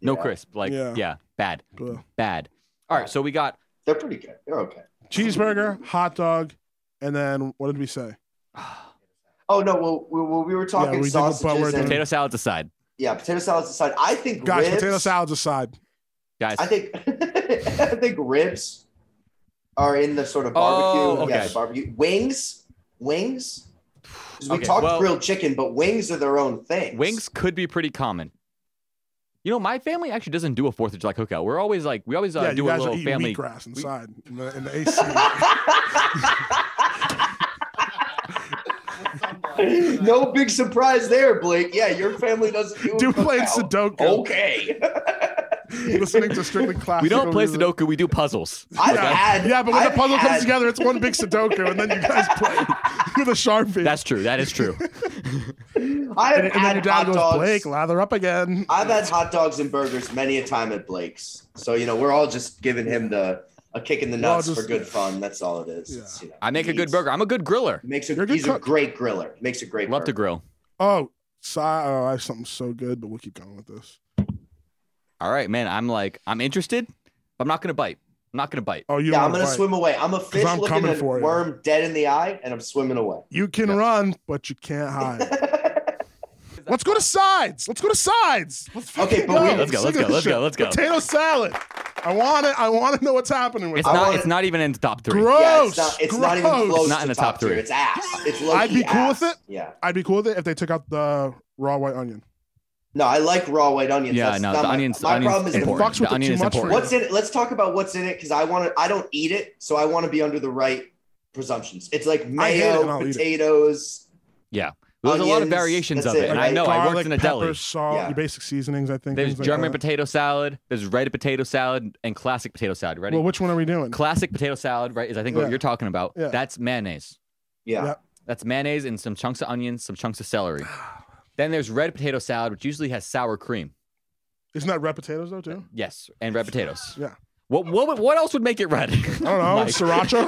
[SPEAKER 2] no
[SPEAKER 3] Yeah.
[SPEAKER 2] crisp. Like,
[SPEAKER 1] Yeah.
[SPEAKER 2] yeah. bad,
[SPEAKER 1] Ugh.
[SPEAKER 2] bad. All right, so we got
[SPEAKER 3] They're pretty good. They're okay.
[SPEAKER 1] Cheeseburger, hot dog, and then what did we say?
[SPEAKER 3] Oh no, well we, well, we were talking
[SPEAKER 1] we did the
[SPEAKER 3] sausages
[SPEAKER 1] Butler
[SPEAKER 3] and,
[SPEAKER 1] thing.
[SPEAKER 2] potato salads aside,
[SPEAKER 3] yeah, potato salads aside. I think
[SPEAKER 1] Gosh,
[SPEAKER 3] ribs,
[SPEAKER 1] potato salads aside.
[SPEAKER 2] guys.
[SPEAKER 3] I think I think ribs are in the sort of barbecue.
[SPEAKER 2] Oh,
[SPEAKER 3] Yeah,
[SPEAKER 2] okay.
[SPEAKER 3] the barbecue. Wings, wings. 'Cause We
[SPEAKER 2] Okay,
[SPEAKER 3] talked
[SPEAKER 2] well-
[SPEAKER 3] grilled chicken, but wings are their own thing.
[SPEAKER 2] Wings could be pretty common. You know, my family actually doesn't do a Fourth of July cookout. We're always like, we always uh,
[SPEAKER 1] yeah,
[SPEAKER 2] do
[SPEAKER 1] you
[SPEAKER 2] a
[SPEAKER 1] guys are
[SPEAKER 2] little
[SPEAKER 1] eating
[SPEAKER 2] family.
[SPEAKER 1] wheatgrass inside in the, in the AC.
[SPEAKER 3] no big surprise there, Blake. Yeah, your family doesn't do, a
[SPEAKER 1] Dude playing
[SPEAKER 3] cookout.
[SPEAKER 1] Sudoku,
[SPEAKER 3] Okay.
[SPEAKER 1] listening to strictly classical.
[SPEAKER 2] We don't play
[SPEAKER 1] music.
[SPEAKER 2] Sudoku. We do puzzles.
[SPEAKER 3] I've
[SPEAKER 2] Okay?
[SPEAKER 3] had
[SPEAKER 1] Yeah, but when
[SPEAKER 3] I've
[SPEAKER 1] the puzzle
[SPEAKER 3] had-
[SPEAKER 1] comes together, it's one big Sudoku, and then you guys play with a sharpie.
[SPEAKER 2] That's true. That is true.
[SPEAKER 3] I have
[SPEAKER 1] and, and then
[SPEAKER 3] had
[SPEAKER 1] your dad
[SPEAKER 3] hot
[SPEAKER 1] goes,
[SPEAKER 3] dogs.
[SPEAKER 1] Blake, lather up again.
[SPEAKER 3] I've had hot dogs and burgers many a time at Blake's. So you know, we're all just giving him the a kick in the
[SPEAKER 1] We're all
[SPEAKER 3] nuts for
[SPEAKER 1] just-
[SPEAKER 3] good fun. That's all it is.
[SPEAKER 1] Yeah.
[SPEAKER 3] It's, you know,
[SPEAKER 2] I make a good
[SPEAKER 3] he's-
[SPEAKER 2] burger. I'm a good griller.
[SPEAKER 3] Makes a,
[SPEAKER 1] You're a good
[SPEAKER 3] he's a
[SPEAKER 1] cook.
[SPEAKER 3] great griller. Makes a great.
[SPEAKER 2] Love to
[SPEAKER 3] burger.
[SPEAKER 2] grill.
[SPEAKER 1] Oh, so, oh, I have something so good, but we'll keep going with this.
[SPEAKER 2] All right, man. I'm like, I'm interested. But I'm not gonna bite. I'm not gonna bite.
[SPEAKER 1] Oh, you
[SPEAKER 3] yeah,
[SPEAKER 1] don't
[SPEAKER 3] I'm
[SPEAKER 1] wanna
[SPEAKER 3] gonna
[SPEAKER 1] bite.
[SPEAKER 3] swim away. I'm a fish
[SPEAKER 1] I'm
[SPEAKER 3] looking
[SPEAKER 1] coming
[SPEAKER 3] at a
[SPEAKER 1] for you.
[SPEAKER 3] worm dead in the eye, and I'm swimming away.
[SPEAKER 1] You can
[SPEAKER 2] Yeah.
[SPEAKER 1] run, but you can't hide. Let's go to sides. Let's go to sides. Let's fucking
[SPEAKER 3] Okay, but we-
[SPEAKER 1] go.
[SPEAKER 2] Let's go, let's
[SPEAKER 1] Look at
[SPEAKER 2] go,
[SPEAKER 1] this
[SPEAKER 2] let's go,
[SPEAKER 1] shit.
[SPEAKER 2] let's go.
[SPEAKER 1] Potato salad. I want it. I want to know what's happening with
[SPEAKER 2] It's
[SPEAKER 1] it.
[SPEAKER 2] not.
[SPEAKER 3] wanna-
[SPEAKER 2] It's not even in the top three.
[SPEAKER 1] Gross.
[SPEAKER 3] Yeah, it's not, it's not even
[SPEAKER 1] Gross.
[SPEAKER 3] close.
[SPEAKER 2] Not
[SPEAKER 3] to
[SPEAKER 2] in the
[SPEAKER 3] top
[SPEAKER 2] top three.
[SPEAKER 3] It's ass. It's low
[SPEAKER 1] I'd be cool with it.
[SPEAKER 3] Yeah.
[SPEAKER 1] I'd be cool with it if they took out the raw white onion.
[SPEAKER 3] No, I like raw white onions.
[SPEAKER 2] Yeah,
[SPEAKER 3] That's
[SPEAKER 2] no.
[SPEAKER 3] not
[SPEAKER 2] The
[SPEAKER 3] my,
[SPEAKER 2] onions.
[SPEAKER 3] My
[SPEAKER 2] onions
[SPEAKER 3] problem is the
[SPEAKER 2] important.
[SPEAKER 1] Fucks with
[SPEAKER 2] The
[SPEAKER 1] it
[SPEAKER 2] onion
[SPEAKER 1] too
[SPEAKER 2] is
[SPEAKER 1] much for
[SPEAKER 2] important.
[SPEAKER 1] you.
[SPEAKER 3] What's in it? Let's talk about what's in it because I want to. I don't eat it, so I want to be under the right presumptions. It's like
[SPEAKER 1] I hate it and
[SPEAKER 3] mayo,
[SPEAKER 1] I'll eat it.
[SPEAKER 3] potatoes.
[SPEAKER 2] There's a lot of
[SPEAKER 3] Onions,
[SPEAKER 2] variations
[SPEAKER 3] that's
[SPEAKER 2] of it,
[SPEAKER 3] it,
[SPEAKER 2] and I
[SPEAKER 3] right?
[SPEAKER 2] know I worked
[SPEAKER 1] Garlic,
[SPEAKER 2] in a
[SPEAKER 1] pepper,
[SPEAKER 2] deli.
[SPEAKER 1] salt,
[SPEAKER 3] Yeah.
[SPEAKER 1] your basic seasonings. I think
[SPEAKER 2] There's
[SPEAKER 1] things like
[SPEAKER 2] German
[SPEAKER 1] that.
[SPEAKER 2] potato salad. There's red potato salad and classic potato salad. Ready?
[SPEAKER 1] Well, which one are we doing?
[SPEAKER 2] classic potato salad, right? Is I think
[SPEAKER 1] Yeah.
[SPEAKER 2] what you're talking about.
[SPEAKER 1] Yeah.
[SPEAKER 2] That's mayonnaise.
[SPEAKER 3] Yeah.
[SPEAKER 1] Yeah.
[SPEAKER 2] That's mayonnaise and some chunks of onions, some chunks of celery. then there's red potato salad, which usually has sour cream.
[SPEAKER 1] Isn't that red potatoes though too?
[SPEAKER 2] Yes, and red potatoes.
[SPEAKER 1] Yeah.
[SPEAKER 2] What what would- what else would make it red? I don't
[SPEAKER 1] I don't know. Sriracha.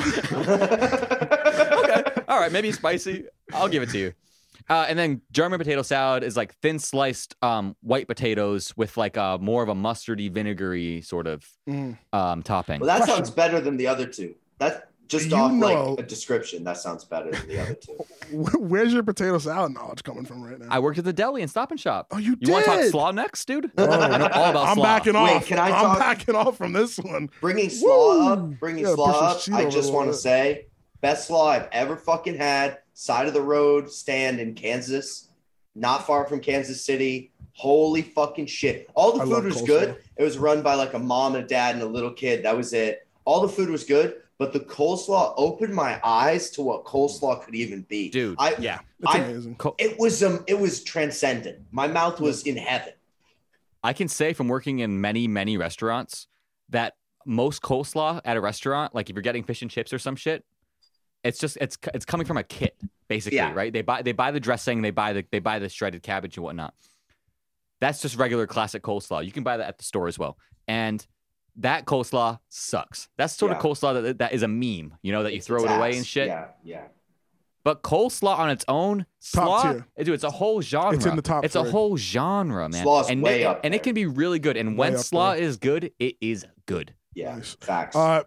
[SPEAKER 2] okay. All right. Maybe spicy. I'll give it to you. Uh, and then German potato salad is like thin sliced um, white potatoes with like a more of a mustardy, vinegary sort of
[SPEAKER 1] Mm.
[SPEAKER 2] um, topping.
[SPEAKER 3] Well, that
[SPEAKER 1] Question.
[SPEAKER 3] sounds better than the other two. That just
[SPEAKER 1] You
[SPEAKER 3] off
[SPEAKER 1] know-
[SPEAKER 3] like a description, that sounds better than the other two.
[SPEAKER 1] Where's your potato salad knowledge coming from right now?
[SPEAKER 2] I worked at the deli and Stop and Shop.
[SPEAKER 1] oh, you,
[SPEAKER 2] You want to talk
[SPEAKER 1] did.
[SPEAKER 2] slaw next, dude?
[SPEAKER 1] Oh,
[SPEAKER 2] I know all about
[SPEAKER 1] I'm
[SPEAKER 2] slaw.
[SPEAKER 1] backing off.
[SPEAKER 3] Wait, can I
[SPEAKER 1] I'm
[SPEAKER 3] talk-
[SPEAKER 1] backing off from this one.
[SPEAKER 3] Bringing slaw
[SPEAKER 1] Woo!
[SPEAKER 3] up, bringing
[SPEAKER 1] Yeah,
[SPEAKER 3] slaw
[SPEAKER 1] push
[SPEAKER 3] up.
[SPEAKER 1] the sheet
[SPEAKER 3] I
[SPEAKER 1] over
[SPEAKER 3] just
[SPEAKER 1] a
[SPEAKER 3] want to
[SPEAKER 1] little
[SPEAKER 3] say, best slaw I've ever fucking had. Side of the road stand in Kansas, not far from Kansas City. Holy fucking shit! All the
[SPEAKER 1] I love
[SPEAKER 3] food was
[SPEAKER 1] coleslaw.
[SPEAKER 3] good. It was run by like a mom and a dad and a little kid. That was it. All the food was good, but the coleslaw opened my eyes to what coleslaw could even be.
[SPEAKER 2] Dude,
[SPEAKER 3] I,
[SPEAKER 2] yeah.
[SPEAKER 1] It's
[SPEAKER 3] I-
[SPEAKER 1] amazing.
[SPEAKER 3] it was um, it was transcendent. My mouth was in heaven.
[SPEAKER 2] I can say from working in many, many restaurants that most coleslaw at a restaurant, like if you're getting fish and chips or some shit, it's just it's it's coming from a kit basically,
[SPEAKER 3] Yeah.
[SPEAKER 2] right? They buy they buy the dressing, they buy the they buy the shredded cabbage and whatnot. That's just regular classic coleslaw. You can buy that at the store as well, and that coleslaw sucks. That's sort
[SPEAKER 3] Yeah.
[SPEAKER 2] of coleslaw that that is a meme, you know, that you
[SPEAKER 3] It's-
[SPEAKER 2] throw
[SPEAKER 3] it's
[SPEAKER 2] it away
[SPEAKER 3] ass.
[SPEAKER 2] and shit.
[SPEAKER 3] Yeah, yeah.
[SPEAKER 2] But coleslaw on its own,
[SPEAKER 1] Top
[SPEAKER 2] slaw, eh,
[SPEAKER 1] tier.
[SPEAKER 2] dude, it's a whole genre.
[SPEAKER 1] the top
[SPEAKER 2] It's a
[SPEAKER 1] three.
[SPEAKER 2] whole genre, man.
[SPEAKER 3] Slaw's
[SPEAKER 2] and
[SPEAKER 3] way
[SPEAKER 2] it,
[SPEAKER 3] up
[SPEAKER 2] and
[SPEAKER 3] there.
[SPEAKER 2] it can be really good. And when
[SPEAKER 1] Way up
[SPEAKER 2] slaw is good, it is good.
[SPEAKER 3] Yeah,
[SPEAKER 1] Nice.
[SPEAKER 2] Uh,
[SPEAKER 3] facts.
[SPEAKER 1] Uh,